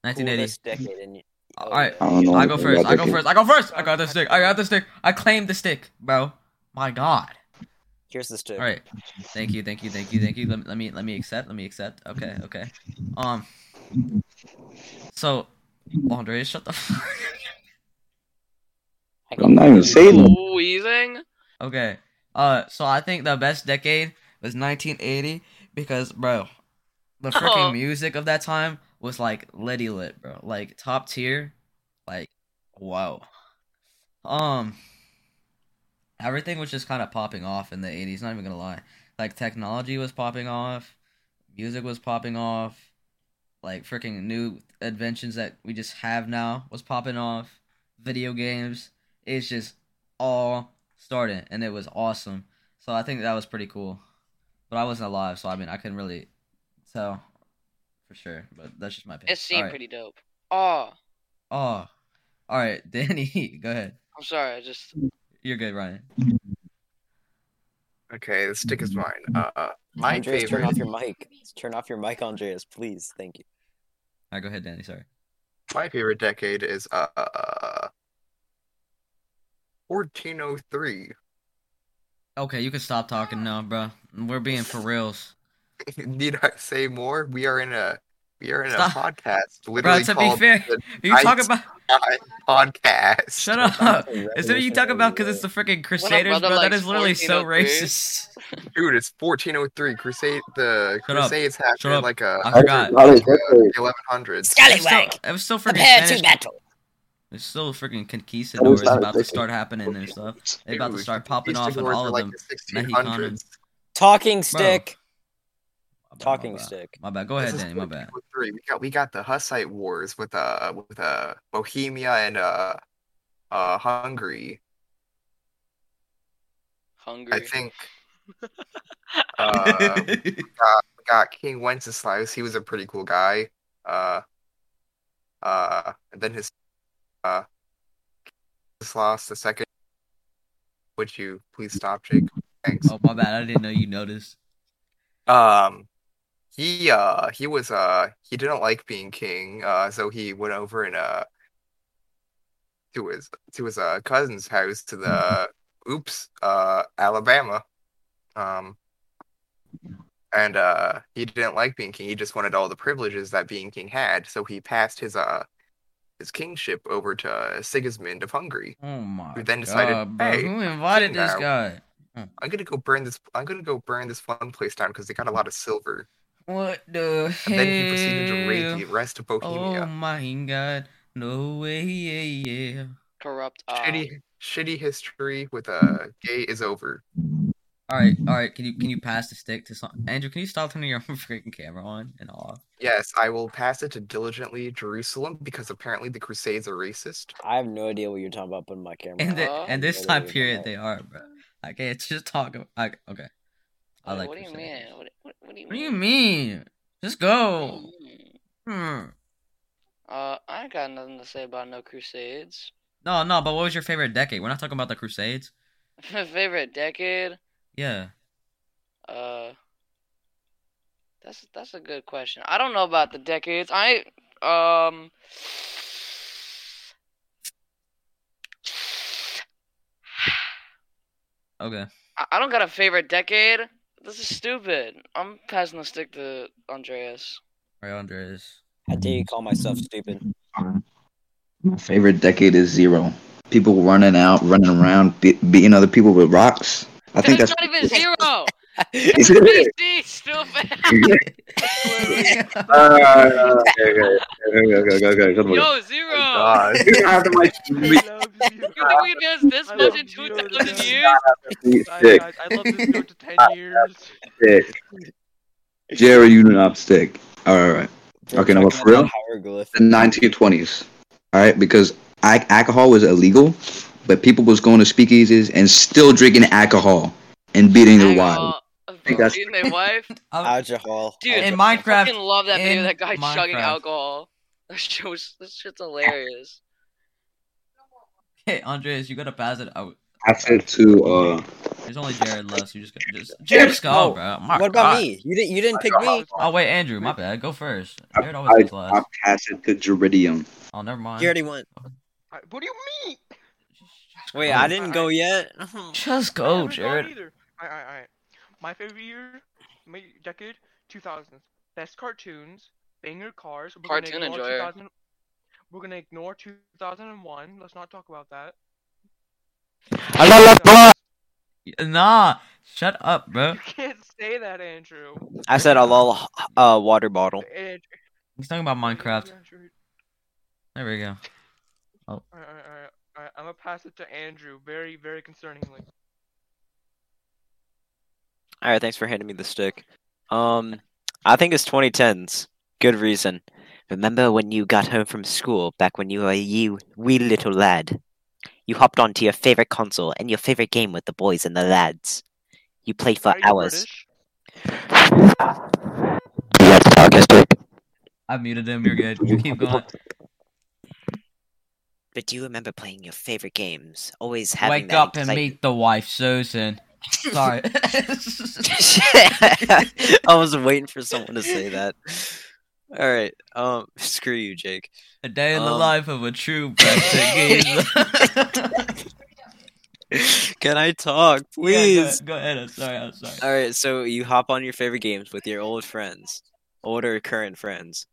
Speaker 2: 1980.
Speaker 5: Coolest decade. oh, And
Speaker 2: All right.
Speaker 7: I don't know.
Speaker 2: I go
Speaker 7: anything
Speaker 2: first.
Speaker 7: about
Speaker 2: I go
Speaker 7: that
Speaker 2: first. I go first. I got the stick. I got the stick. I claim the stick, bro. My God.
Speaker 5: Here's the stick.
Speaker 2: All right. Thank you. Thank you. Thank you. Thank you. Let me. Let me. Let me accept. Let me accept. Okay. Okay. Um. So, Andre, shut the. Fuck.
Speaker 5: I
Speaker 7: I'm not even
Speaker 5: got-
Speaker 7: saying nothing.
Speaker 3: Wheezing.
Speaker 2: Okay. Uh. So I think the best decade was 1980 because, bro, the freaking
Speaker 3: Oh.
Speaker 2: music of that time was like litty lit, bro. Like top tier. Like, wow. Um. Everything was just kind of popping off in the 80s. Not even gonna lie. Like technology was popping off, music was popping off. like freaking new inventions that we just have now was popping off video games it's just all starting and it was awesome so i think that was pretty cool but i wasn't alive so i mean i couldn't really tell for sure but that's just my opinion
Speaker 3: It seemed
Speaker 2: Alright.
Speaker 3: pretty dope. Oh,
Speaker 2: oh all right danny go ahead
Speaker 3: I'm sorry. I just.
Speaker 2: you're good ryan
Speaker 4: Okay, the stick is
Speaker 7: Mm-hmm.
Speaker 4: mine. Uh, my
Speaker 5: Andreas, turn
Speaker 4: favorite,
Speaker 5: off your mic. Turn off your mic, Andreas, please. Thank you.
Speaker 2: all right go ahead danny sorry
Speaker 4: my favorite decade is uh, uh, 1403.
Speaker 2: okay you can stop talking now bro we're being for reals
Speaker 4: Need I say more? We are in a We are in
Speaker 2: Stop.
Speaker 4: a podcast.
Speaker 2: Bro,
Speaker 4: Literally
Speaker 2: to be
Speaker 4: called
Speaker 2: fair,
Speaker 4: the
Speaker 2: you talk
Speaker 4: Ice
Speaker 2: about
Speaker 4: podcast.
Speaker 2: shut up. Is that what you talk about? Because it's the freaking Crusaders,
Speaker 3: brother
Speaker 2: bro. That
Speaker 3: likes
Speaker 2: is literally so
Speaker 3: 1403.
Speaker 2: racist.
Speaker 4: Dude, it's 1403. Crusade. The
Speaker 2: Shut up.
Speaker 4: Crusades
Speaker 2: Shut
Speaker 4: happened in
Speaker 2: up.
Speaker 4: like a,
Speaker 2: I
Speaker 4: uh,
Speaker 2: forgot.
Speaker 4: the 1100s.
Speaker 2: It was still, it was still freaking Spanish. It's still freaking conquistadors
Speaker 7: That is
Speaker 2: about to
Speaker 7: ridiculous.
Speaker 2: start happening and stuff. They about to
Speaker 4: Dude,
Speaker 2: start popping off on
Speaker 4: Eastern
Speaker 2: all
Speaker 4: wars
Speaker 2: of
Speaker 4: are
Speaker 2: them.
Speaker 4: like the 1600s.
Speaker 5: Talking stick.
Speaker 2: My bad, my
Speaker 5: Talking
Speaker 2: bad.
Speaker 5: stick.
Speaker 2: My bad. Go
Speaker 4: This
Speaker 2: ahead,
Speaker 4: is
Speaker 2: Danny. My bad.
Speaker 4: 1403. We got we got the Hussite wars with uh with uh Bohemia and uh uh Hungary. I
Speaker 3: Hungry.
Speaker 4: think uh, we got King Wenceslaus. He was a pretty cool guy. Uh, uh, and then his uh, Wenceslaus the second. Would you please stop, Jake? Thanks.
Speaker 2: oh, my bad. I didn't know you noticed.
Speaker 4: Um, he uh he was uh he didn't like being king, uh so he went over and uh to his to his uh cousin's house to the oops uh Alabama, um, and uh he didn't like being king. He just wanted all the privileges that being king had, so he passed his uh his kingship over to Sigismund of Hungary.
Speaker 2: Oh my
Speaker 4: We then decided,
Speaker 2: god, bro.
Speaker 4: hey,
Speaker 2: Who invited
Speaker 4: king
Speaker 2: this
Speaker 4: now.
Speaker 2: guy?
Speaker 4: I'm gonna go burn this. I'm gonna go burn this one place down because they got a lot of silver.
Speaker 2: What the hell?
Speaker 4: And then he proceeded to raid the rest of Bohemia.
Speaker 2: Oh my god. No way. Yeah, yeah.
Speaker 3: Corrupt. Uh,
Speaker 4: shitty shitty history with uh gay is over.
Speaker 2: All right, all right. Can you can you pass the stick to some Andrew? Can you stop turning your freaking camera on and off?
Speaker 4: Yes, I will pass it to diligently Jerusalem because apparently the Crusades are racist.
Speaker 5: I have no idea what you're talking about putting my camera
Speaker 2: And the,
Speaker 5: on.
Speaker 3: Uh,
Speaker 2: and this
Speaker 5: Nobody
Speaker 2: time
Speaker 5: would
Speaker 2: period,
Speaker 5: know.
Speaker 2: they are, bro. I can't just talk. ab- I, okay. I
Speaker 3: what-
Speaker 2: like.
Speaker 3: what do you
Speaker 2: Crusaders.
Speaker 3: mean? What, what, what do you
Speaker 2: What do you
Speaker 3: mean?
Speaker 2: mean? Just
Speaker 3: What do
Speaker 2: go.
Speaker 3: you mean?
Speaker 2: Hmm.
Speaker 3: Uh, I ain't got nothing to say about no Crusades.
Speaker 2: No, no. But what was your favorite decade? We're not talking about the Crusades.
Speaker 3: Favorite decade?
Speaker 2: Yeah.
Speaker 3: Uh, that's that's a good question. I don't know about the decades. I um.
Speaker 2: Okay.
Speaker 3: I- I don't got a favorite decade. This is stupid. I'm passing the stick to Andreas.
Speaker 2: All right, Andres.
Speaker 5: I dare you call myself stupid.
Speaker 7: My favorite decade is zero. People running out, running around, be- beating other people with rocks. I think
Speaker 3: Dude,
Speaker 7: that's.
Speaker 3: it's not even zero.
Speaker 7: Is it?
Speaker 3: It's PC, stupid.
Speaker 7: Uh, okay, okay, okay, okay, okay, okay, good one.
Speaker 3: Yo, zero.
Speaker 9: Oh
Speaker 4: God.
Speaker 7: You don't have to like
Speaker 9: I love you.
Speaker 7: read
Speaker 3: You think we advanced this
Speaker 9: I
Speaker 3: much
Speaker 9: love
Speaker 3: in
Speaker 9: zero
Speaker 3: 2,000
Speaker 9: to
Speaker 3: years?
Speaker 7: these
Speaker 9: Guys,
Speaker 7: sticks.
Speaker 9: guys, I love this note to 10 years.
Speaker 7: stick. Jerry, you do not stick. All right, all right.
Speaker 5: They're
Speaker 7: Okay, now
Speaker 5: talking
Speaker 7: what, for real?
Speaker 5: about Hieroglyph.
Speaker 7: The 1920s. All right, because I- alcohol was illegal, but people was going to speakeasies and still drinking alcohol and beating their wives.
Speaker 3: Alcohol.
Speaker 7: Think that's-
Speaker 3: Beating their wife.
Speaker 2: I,
Speaker 5: Alcohol.
Speaker 3: Dude,
Speaker 2: in
Speaker 5: alcohol.
Speaker 3: I
Speaker 2: Minecraft,
Speaker 3: fucking love that video.
Speaker 2: in
Speaker 3: of That guy chugging
Speaker 2: Minecraft.
Speaker 3: alcohol. That shit was, this shit's hilarious.
Speaker 2: hey, Andres, you gotta pass it out.
Speaker 7: I said to uh,
Speaker 2: There's only Jared left. So you just got just Jared, just go,
Speaker 5: Oh,
Speaker 2: bro. My
Speaker 5: what about
Speaker 2: God.
Speaker 5: me? You didn't. You didn't pick
Speaker 4: Alcohol.
Speaker 5: me.
Speaker 2: Oh wait, Andrew, my bad. Go first.
Speaker 7: I-
Speaker 2: Jared always goes
Speaker 7: I
Speaker 2: last.
Speaker 7: pass it to Geridium.
Speaker 2: Oh, never mind.
Speaker 5: You already went.
Speaker 9: I- What do you mean?
Speaker 2: Just
Speaker 5: Wait,
Speaker 2: go.
Speaker 5: I didn't go yet.
Speaker 9: I
Speaker 2: Just go,
Speaker 9: haven't gone
Speaker 2: Oh, Jared.
Speaker 9: either. Alright, alright, alright. My favorite year, my decade, 2000s. Best cartoons, banger cars. We're gonna
Speaker 3: Cartoon
Speaker 9: ignore
Speaker 3: enjoyer.
Speaker 9: 2000 We're gonna ignore 2001. Let's not talk about that.
Speaker 5: I love
Speaker 2: Nah, shut up, bro.
Speaker 9: You can't say that, Andrew.
Speaker 5: I said a lol uh, water bottle.
Speaker 9: Andrew.
Speaker 2: He's talking about Minecraft.
Speaker 9: Andrew.
Speaker 2: There we go.
Speaker 9: Alright, alright, alright. alright, I'm gonna pass it to Andrew. Very, very concerningly.
Speaker 5: All right, thanks for handing me the stick. Um, I think it's 2010s. Good reason. Remember when you got home from school back when you were a ye- wee little lad? You hopped onto your favorite console and your favorite game with the boys and the lads. You played for
Speaker 9: Are you
Speaker 5: hours.
Speaker 9: British?
Speaker 5: Let's talk history.
Speaker 2: I muted him. You're good. You keep going.
Speaker 5: But do you remember playing your favorite games? Always having
Speaker 2: Wake
Speaker 5: that
Speaker 2: up and meet the wife, Susan. Sorry.
Speaker 5: excite- I was waiting for someone to say that. All right. Um, screw you, Jake.
Speaker 2: a day in the
Speaker 5: Um.
Speaker 2: life of a true Brexit geezer.
Speaker 5: Can I talk, please?
Speaker 2: go, go ahead. I'm sorry. I'm sorry.
Speaker 5: All right, so you hop on your favorite games with your old friends, old or current friends.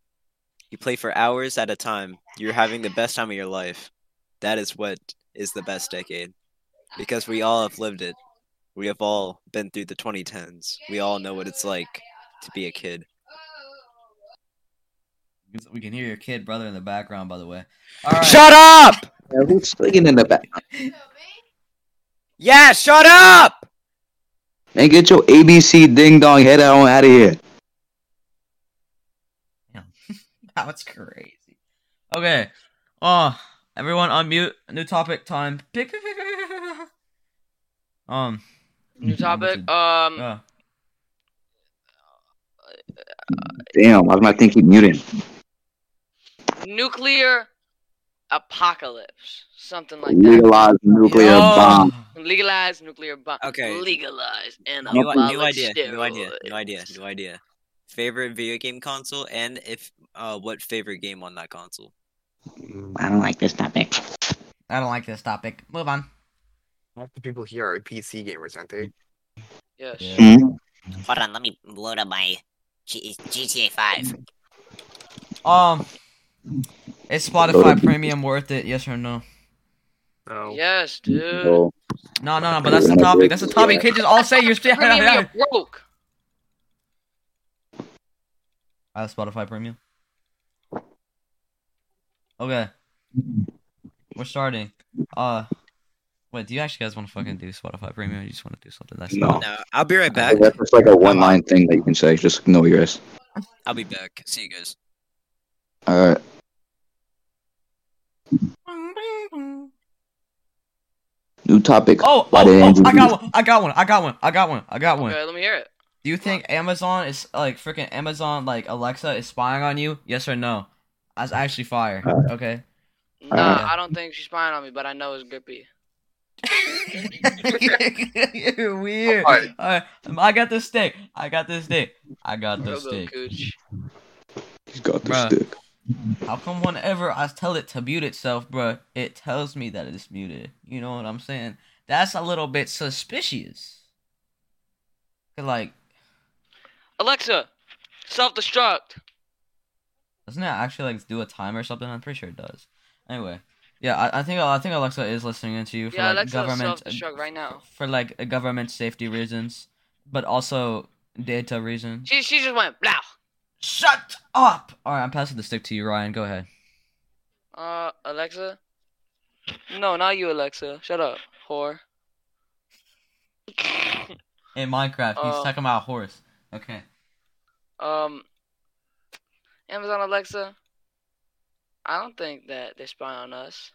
Speaker 8: You play for hours at a time. You're having the best time of your life. That is what is the best decade. Because we all have lived it. We have all been through the 2010s. We all know what it's like to be a kid.
Speaker 2: We can hear your kid brother in the background, by the way. All right.
Speaker 8: Shut up!
Speaker 7: Yeah, who's singing in the back?
Speaker 8: Yeah, shut up!
Speaker 7: Man, get your ABC ding dong head on out of here.
Speaker 2: That was crazy. Okay. Oh, everyone unmute. New topic time. Pick, pick, pick, pick, pick, pick. Um.
Speaker 3: New topic. Um,
Speaker 2: Uh,
Speaker 7: Damn, why did my thing keep muting?
Speaker 3: nuclear apocalypse, something like that.
Speaker 7: Legalized nuclear
Speaker 2: oh.
Speaker 7: bomb.
Speaker 3: Legalize nuclear bomb.
Speaker 8: Okay.
Speaker 3: Legalize and
Speaker 8: New,
Speaker 3: abolish
Speaker 8: new idea, new idea, new
Speaker 3: steroids.
Speaker 8: idea, new idea. Favorite video game console, and if uh, what favorite game on that console?
Speaker 7: I don't like this topic.
Speaker 2: I don't like this topic. Move on.
Speaker 4: Half the people here are PC gamers, aren't they?
Speaker 3: Yes.
Speaker 2: Yeah.
Speaker 10: Hold on, let me load up my G- GTA 5.
Speaker 2: Um. Is Spotify Premium worth it? Yes or no?
Speaker 4: No.
Speaker 3: Yes, dude.
Speaker 7: No.
Speaker 2: No, no, no. But that's the topic. That's the topic. You can't just all say you're still.
Speaker 3: Premium, you're broke.
Speaker 2: I have Spotify Premium. Okay. We're starting. Uh, wait. Do you actually guys want to fucking do Spotify Premium? Or you just want to do something that's
Speaker 7: No.
Speaker 8: No, I'll be right back.
Speaker 7: That's just like a one line thing that you can say. Just ignore your ass.
Speaker 8: I'll be back. See you guys.
Speaker 7: Alright. New topic.
Speaker 2: Oh,
Speaker 7: Why did
Speaker 2: oh, oh,
Speaker 7: Andrew
Speaker 2: I
Speaker 7: do
Speaker 2: got one. I got one. I got one. I got one. I got one.
Speaker 3: Okay, let me hear it.
Speaker 2: Do you think Amazon is like freaking Amazon like Alexa is spying on you? Yes or no? That's actually fire. Okay.
Speaker 3: Nah,
Speaker 7: Uh,
Speaker 3: I don't think she's spying on me, but I know it's Grippy.
Speaker 2: You're weird.
Speaker 4: Alright.
Speaker 2: Alright, I got the stick. I got the stick. I got the
Speaker 3: Go go,
Speaker 2: stick.
Speaker 3: Cooch.
Speaker 7: He's got the
Speaker 2: Bruh.
Speaker 7: stick.
Speaker 2: How come whenever I tell it to mute itself, bruh, it tells me that it's muted? You know what I'm saying? That's a little bit suspicious. 'Cause, Like,
Speaker 3: Alexa, self-destruct.
Speaker 2: doesn't it actually like do a timer or something? I'm pretty sure it does. Anyway, yeah, I, I think I think Alexa is listening into you for
Speaker 3: Yeah,
Speaker 2: like
Speaker 3: Alexa,
Speaker 2: government
Speaker 3: self-destruct right now.
Speaker 2: for like uh, government safety reasons, but also data reasons.
Speaker 3: She she just went blah.
Speaker 2: Shut up! All right, I'm passing the stick to you, Ryan. Go ahead.
Speaker 3: Uh, Alexa. No, not you, Alexa. Shut up, whore.
Speaker 2: In Minecraft, he's
Speaker 3: Uh,
Speaker 2: talking about horse. Okay.
Speaker 3: um, Amazon Alexa. I don't think that they're spying on us.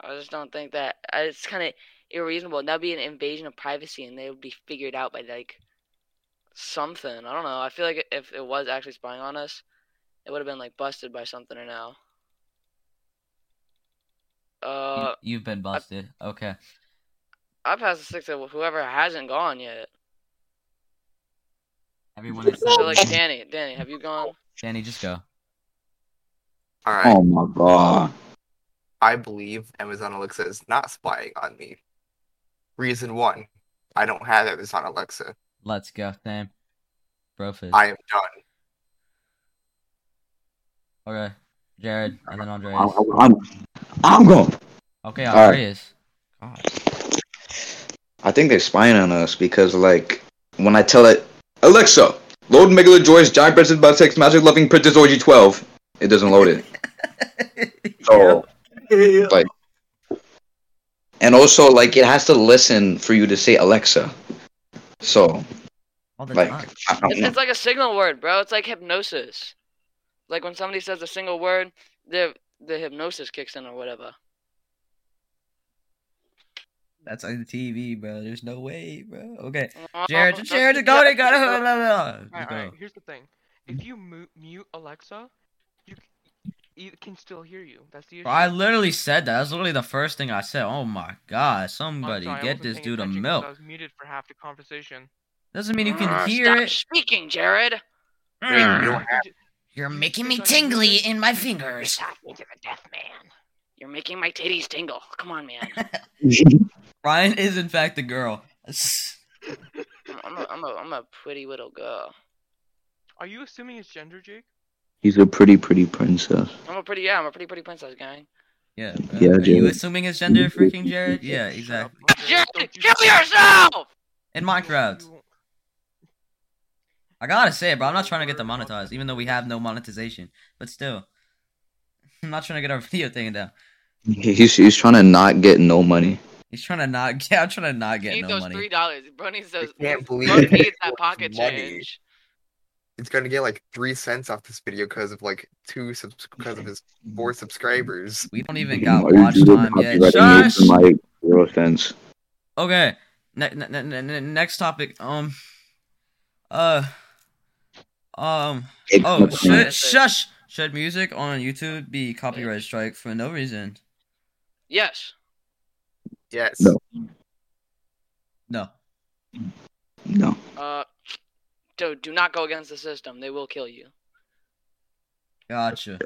Speaker 3: I just don't think that I- it's kind of irreasonable. That'd be an invasion of privacy, and they would be figured out by like something. I don't know. I feel like if it was actually spying on us, it would have been like busted by something or now. Uh,
Speaker 2: You- You've been busted. Okay.
Speaker 3: I passed the six to whoever hasn't gone yet.
Speaker 2: Everyone is
Speaker 3: So like Danny, Danny, have you gone?
Speaker 2: Danny, just go.
Speaker 4: All right.
Speaker 7: Oh my god.
Speaker 4: I believe Amazon Alexa is not spying on me. Reason one, I don't have Amazon Alexa.
Speaker 2: Let's go, Sam. Brofist.
Speaker 4: I am done.
Speaker 2: Okay. Jared, and then
Speaker 7: I'm,
Speaker 2: Andreas.
Speaker 7: I'm, I'm going.
Speaker 2: Okay,
Speaker 7: All right.
Speaker 2: Andreas. God.
Speaker 7: I think they're spying on us because, like, when I tell it, Alexa, load Megaloid Joy's Giant Princess by 6 Magic Loving Princess Orgy 12, it doesn't load it. So, like, and also, like, it has to listen for you to say Alexa. So,
Speaker 2: All the
Speaker 7: like,
Speaker 2: time.
Speaker 7: I don't
Speaker 3: It's,
Speaker 7: know.
Speaker 3: it's like a signal word, bro. It's like hypnosis. Like when somebody says a single word, the the hypnosis kicks in or whatever.
Speaker 2: That's on the TV, bro. There's no way, bro. Okay.
Speaker 3: Uh,
Speaker 2: Jared,
Speaker 3: uh,
Speaker 2: just Jared,
Speaker 3: uh,
Speaker 2: go,
Speaker 3: yeah,
Speaker 2: go, go.
Speaker 3: uh,
Speaker 2: go,
Speaker 9: Alright,
Speaker 2: go.
Speaker 9: alright, here's the thing. If you mu- mute Alexa, you c- it can still hear you. That's the issue.
Speaker 2: Bro, I literally said that. That's literally the first thing I said. Oh my god, somebody
Speaker 9: sorry, I
Speaker 2: get
Speaker 9: wasn't
Speaker 2: this
Speaker 9: paying
Speaker 2: dude a
Speaker 9: attention 'cause
Speaker 2: milk.
Speaker 9: I was muted for half the conversation.
Speaker 2: Doesn't mean you
Speaker 3: uh,
Speaker 2: can hear
Speaker 3: Stop
Speaker 2: it.
Speaker 3: speaking, Jared.
Speaker 4: Wait, you don't
Speaker 2: Mm.
Speaker 4: have
Speaker 10: You're
Speaker 9: You
Speaker 10: making me
Speaker 9: think I can do
Speaker 10: tingly
Speaker 9: this?
Speaker 10: in my fingers.
Speaker 3: Stop into the death man. You're making my titties tingle. Come on, man.
Speaker 2: Ryan is in fact a girl. S-
Speaker 3: I'm a, I'm a, I'm a pretty little girl.
Speaker 9: Are you assuming it's gender, Jake?
Speaker 7: He's a pretty, pretty princess.
Speaker 3: I'm a pretty yeah, I'm a pretty pretty princess, gang.
Speaker 2: Yeah. uh,
Speaker 7: Yeah,
Speaker 2: are you
Speaker 7: Jared.
Speaker 2: assuming his gender, freaking Jared? Yeah, exactly.
Speaker 3: Jared, kill yourself!
Speaker 2: In Minecraft. I gotta say it, bro. I'm not trying to get demonetized, even though we have no monetization. But still, I'm not trying to get our video thing down.
Speaker 7: He- He's he's trying to not get no money.
Speaker 2: He's trying to not get. I'm trying to not
Speaker 3: He
Speaker 2: get
Speaker 3: needs
Speaker 2: no
Speaker 3: those
Speaker 2: money.
Speaker 3: three dollars. Bro needs those.
Speaker 4: can't
Speaker 3: bro
Speaker 4: believe
Speaker 3: needs
Speaker 4: it.
Speaker 3: that pocket
Speaker 4: Money.
Speaker 3: change.
Speaker 4: It's gonna get like three cents off this video because of like two subs because of his four subscribers.
Speaker 2: we don't even
Speaker 7: Are
Speaker 2: got
Speaker 7: you
Speaker 2: watch
Speaker 7: just
Speaker 2: time yet.
Speaker 7: copywriting me
Speaker 2: Shush! Oh,
Speaker 7: for my zero cents?
Speaker 2: Okay. Ne- ne- ne- ne- ne- next topic. Um. Uh. Um. Oh, should, shush! Should music on YouTube be copyright strike for no reason?
Speaker 3: Yes.
Speaker 4: Yes.
Speaker 7: No.
Speaker 2: No.
Speaker 7: No.
Speaker 3: Uh, do do not go against the system. They will kill you.
Speaker 2: Gotcha.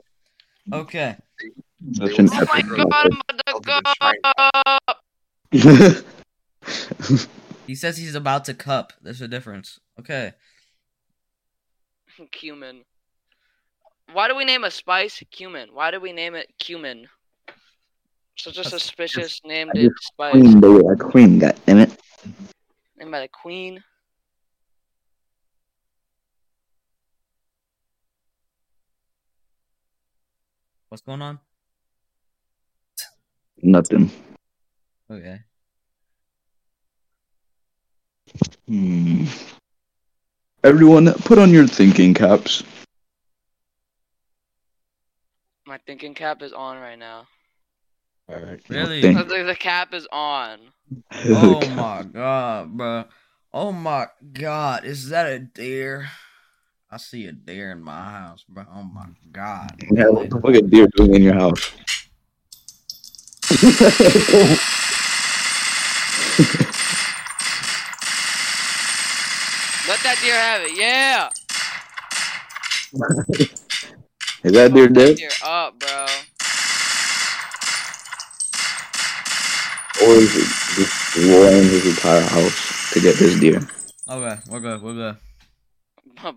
Speaker 2: Okay.
Speaker 7: That's an
Speaker 4: Oh
Speaker 3: Oh my
Speaker 7: epic
Speaker 3: god, I'm
Speaker 4: I'll
Speaker 3: about
Speaker 4: be
Speaker 3: to go.
Speaker 4: the shrine.
Speaker 7: record.
Speaker 2: He says he's about to cup. There's a difference. Okay.
Speaker 3: Cumin. Why do we name a spice cumin? Why do we name it cumin? Such a suspicious named
Speaker 7: I just
Speaker 3: spice.
Speaker 7: Queen, baby, like queen. God damn it.
Speaker 3: Named by the queen.
Speaker 2: What's going on?
Speaker 7: Nothing.
Speaker 2: Okay.
Speaker 7: Hmm. Everyone, put on your thinking caps.
Speaker 3: My thinking cap is on right now.
Speaker 2: Really?
Speaker 7: Think.
Speaker 3: The, the- the cap is on.
Speaker 2: Oh my god, bro. Oh my god, is that a deer? I see a deer in my house, bro. Oh my god.
Speaker 7: Yeah, what the fuck a deer doing in your house?
Speaker 3: Let that deer have it. Yeah.
Speaker 7: Is that deer
Speaker 3: Fuck
Speaker 7: dead
Speaker 3: Deer up, bro.
Speaker 7: or is it just roaring his entire house to get this deer?
Speaker 2: Okay, we're good, we're good.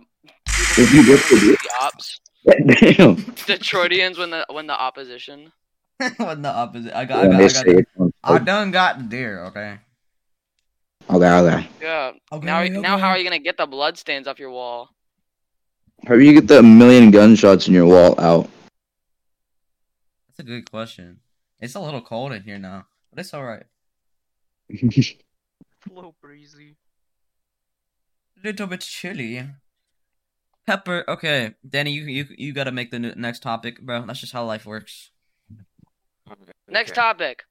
Speaker 7: If you get the deer,
Speaker 3: the ops,
Speaker 7: damn.
Speaker 3: Detroitians when the when the opposition.
Speaker 2: when the opposite I got I got,
Speaker 7: When they
Speaker 2: I, got
Speaker 7: say it's on-
Speaker 2: I done got the deer, okay?
Speaker 7: Okay, okay.
Speaker 3: Yeah.
Speaker 2: Okay,
Speaker 3: Now now
Speaker 2: okay.
Speaker 3: how are you gonna get the bloodstains off your wall?
Speaker 7: How do you get the million gunshots in your wall out?
Speaker 2: That's a good question. It's a little cold in here now, but it's alright.
Speaker 9: Low breezy.
Speaker 2: Little bit chilly. Pepper okay, Danny, you you you gotta make the n- next topic, bro. That's just how life works.
Speaker 3: Next
Speaker 4: Okay.
Speaker 3: topic.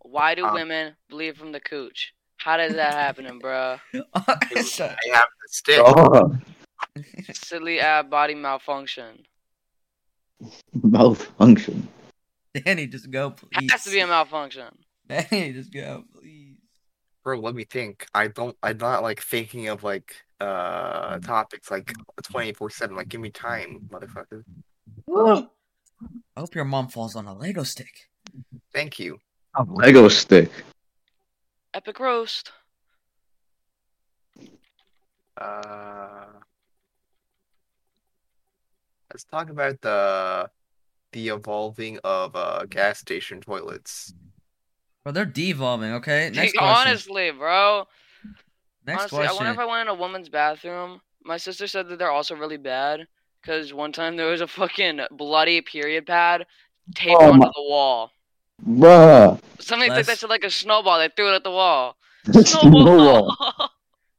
Speaker 3: Why do
Speaker 2: Uh,
Speaker 4: Um,
Speaker 3: women bleed from the cooch? How does that happen, bruh?
Speaker 2: Shut-
Speaker 4: I have the stick.
Speaker 7: oh,
Speaker 3: Silly ab body malfunction.
Speaker 7: malfunction.
Speaker 2: Danny, just go please.
Speaker 3: Has to be a malfunction.
Speaker 2: Danny, just go please.
Speaker 4: Bro, let me think. I don't I'm not like thinking of like uh topics like 24/7. Like give me time, motherfucker.
Speaker 2: I hope your mom falls on a Lego stick.
Speaker 4: Thank you.
Speaker 7: Lego stick.
Speaker 3: Epic roast.
Speaker 4: Uh let's talk about the the evolving of uh gas station toilets.
Speaker 2: Bro, they're devolving, okay? Next
Speaker 3: Dude,
Speaker 2: question.
Speaker 3: honestly, bro.
Speaker 2: Next
Speaker 3: honestly, I
Speaker 2: question.
Speaker 3: wonder if I went in a woman's bathroom. My sister said that they're also really bad because one time there was a fucking bloody period pad taped
Speaker 7: Oh
Speaker 3: onto
Speaker 7: my-
Speaker 3: the wall.
Speaker 7: Bruh.
Speaker 3: Something like that
Speaker 2: Less-
Speaker 3: said like a snowball. They threw it at the wall.
Speaker 7: Snowball.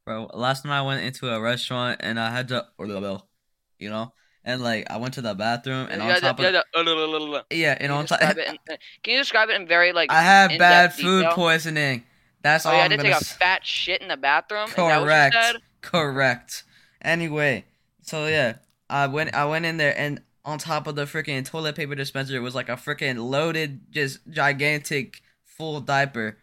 Speaker 2: Bro, last night I went into a restaurant and I had to, you know, and like I went to the bathroom and
Speaker 3: Yeah,
Speaker 2: on
Speaker 3: yeah,
Speaker 2: top
Speaker 3: yeah,
Speaker 2: of
Speaker 3: yeah, uh, la, la, la, la.
Speaker 2: yeah, and
Speaker 3: Can you
Speaker 2: on top
Speaker 3: describe it in- Can you describe it in very like?
Speaker 2: I had
Speaker 3: in-depth
Speaker 2: bad food
Speaker 3: detail?
Speaker 2: poisoning. That's
Speaker 3: Oh
Speaker 2: all
Speaker 3: yeah, I
Speaker 2: I'm
Speaker 3: did
Speaker 2: gonna
Speaker 3: take a
Speaker 2: s-
Speaker 3: fat shit in the bathroom.
Speaker 2: Um, Correct.
Speaker 3: Is that what you said?
Speaker 2: Correct. Anyway, so yeah, I went I went in there and on top of the freaking toilet paper dispenser was like a freaking loaded, just gigantic full diaper.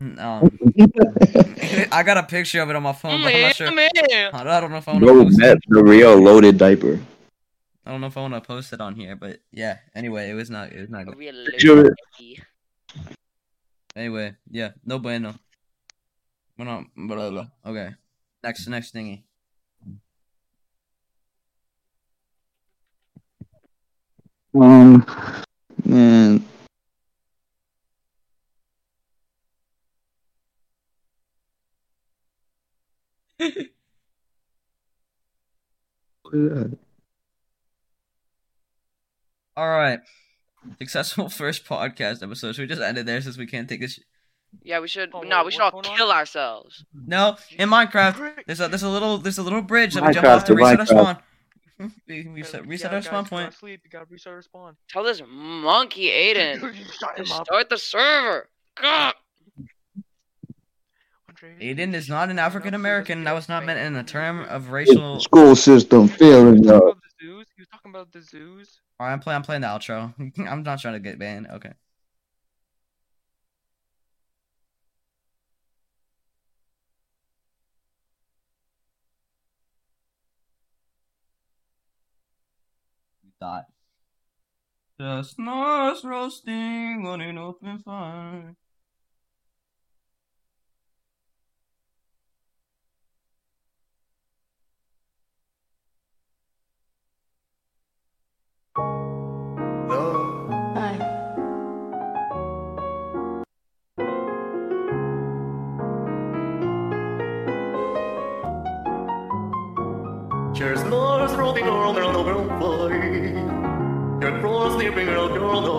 Speaker 2: Mm, Um, I got a picture of it on my phone, but Oh, I'm not sure.
Speaker 3: Mm, yeah,
Speaker 2: I don't- I don't know if I want to
Speaker 7: Bro,
Speaker 2: post it.
Speaker 7: that's the real loaded diaper.
Speaker 2: I don't know if I want to post it on here, but yeah. Anyway, it was not. It was not.
Speaker 3: yeah.
Speaker 2: Good.
Speaker 3: Really
Speaker 7: Sure.
Speaker 3: lucky.
Speaker 2: Anyway, yeah. No bueno. But um, blah, blah. Okay. Next, next thingy.
Speaker 7: Um, man. What is that?
Speaker 2: All right. Successful first podcast episode. Should we just end it there since we can't take this? Sh-
Speaker 3: Yeah, we should.
Speaker 9: Oh,
Speaker 3: no, we
Speaker 9: wait,
Speaker 3: should
Speaker 9: what's
Speaker 3: all
Speaker 9: going on?
Speaker 3: kill ourselves.
Speaker 2: no, in Minecraft,
Speaker 9: Brick.
Speaker 2: there's a there's a little there's a little bridge that we jump off
Speaker 7: Minecraft,
Speaker 2: to reset our
Speaker 7: Minecraft.
Speaker 2: spawn. We, we
Speaker 9: Yeah,
Speaker 2: set,
Speaker 9: like,
Speaker 2: reset
Speaker 9: yeah,
Speaker 2: our spawn
Speaker 9: guys, go to
Speaker 2: point.
Speaker 9: Sleep. You gotta reset our spawn.
Speaker 3: Tell this monkey Aiden
Speaker 9: you shut
Speaker 3: to
Speaker 9: him up,
Speaker 3: start the server. God.
Speaker 9: Andre.
Speaker 2: Aiden is not an African American. That was not meant in a term of racial.
Speaker 7: School system
Speaker 9: He
Speaker 7: failing
Speaker 9: was talking
Speaker 7: y'all.
Speaker 9: about the zoos. He was talking about the zoos.
Speaker 2: All right, I'm playing. I'm playing the outro. I'm not trying to get banned. Okay. You thought. Chestnuts roasting on an open fire.
Speaker 11: There's Mars rolling around and over fly. Across the big girl, girl,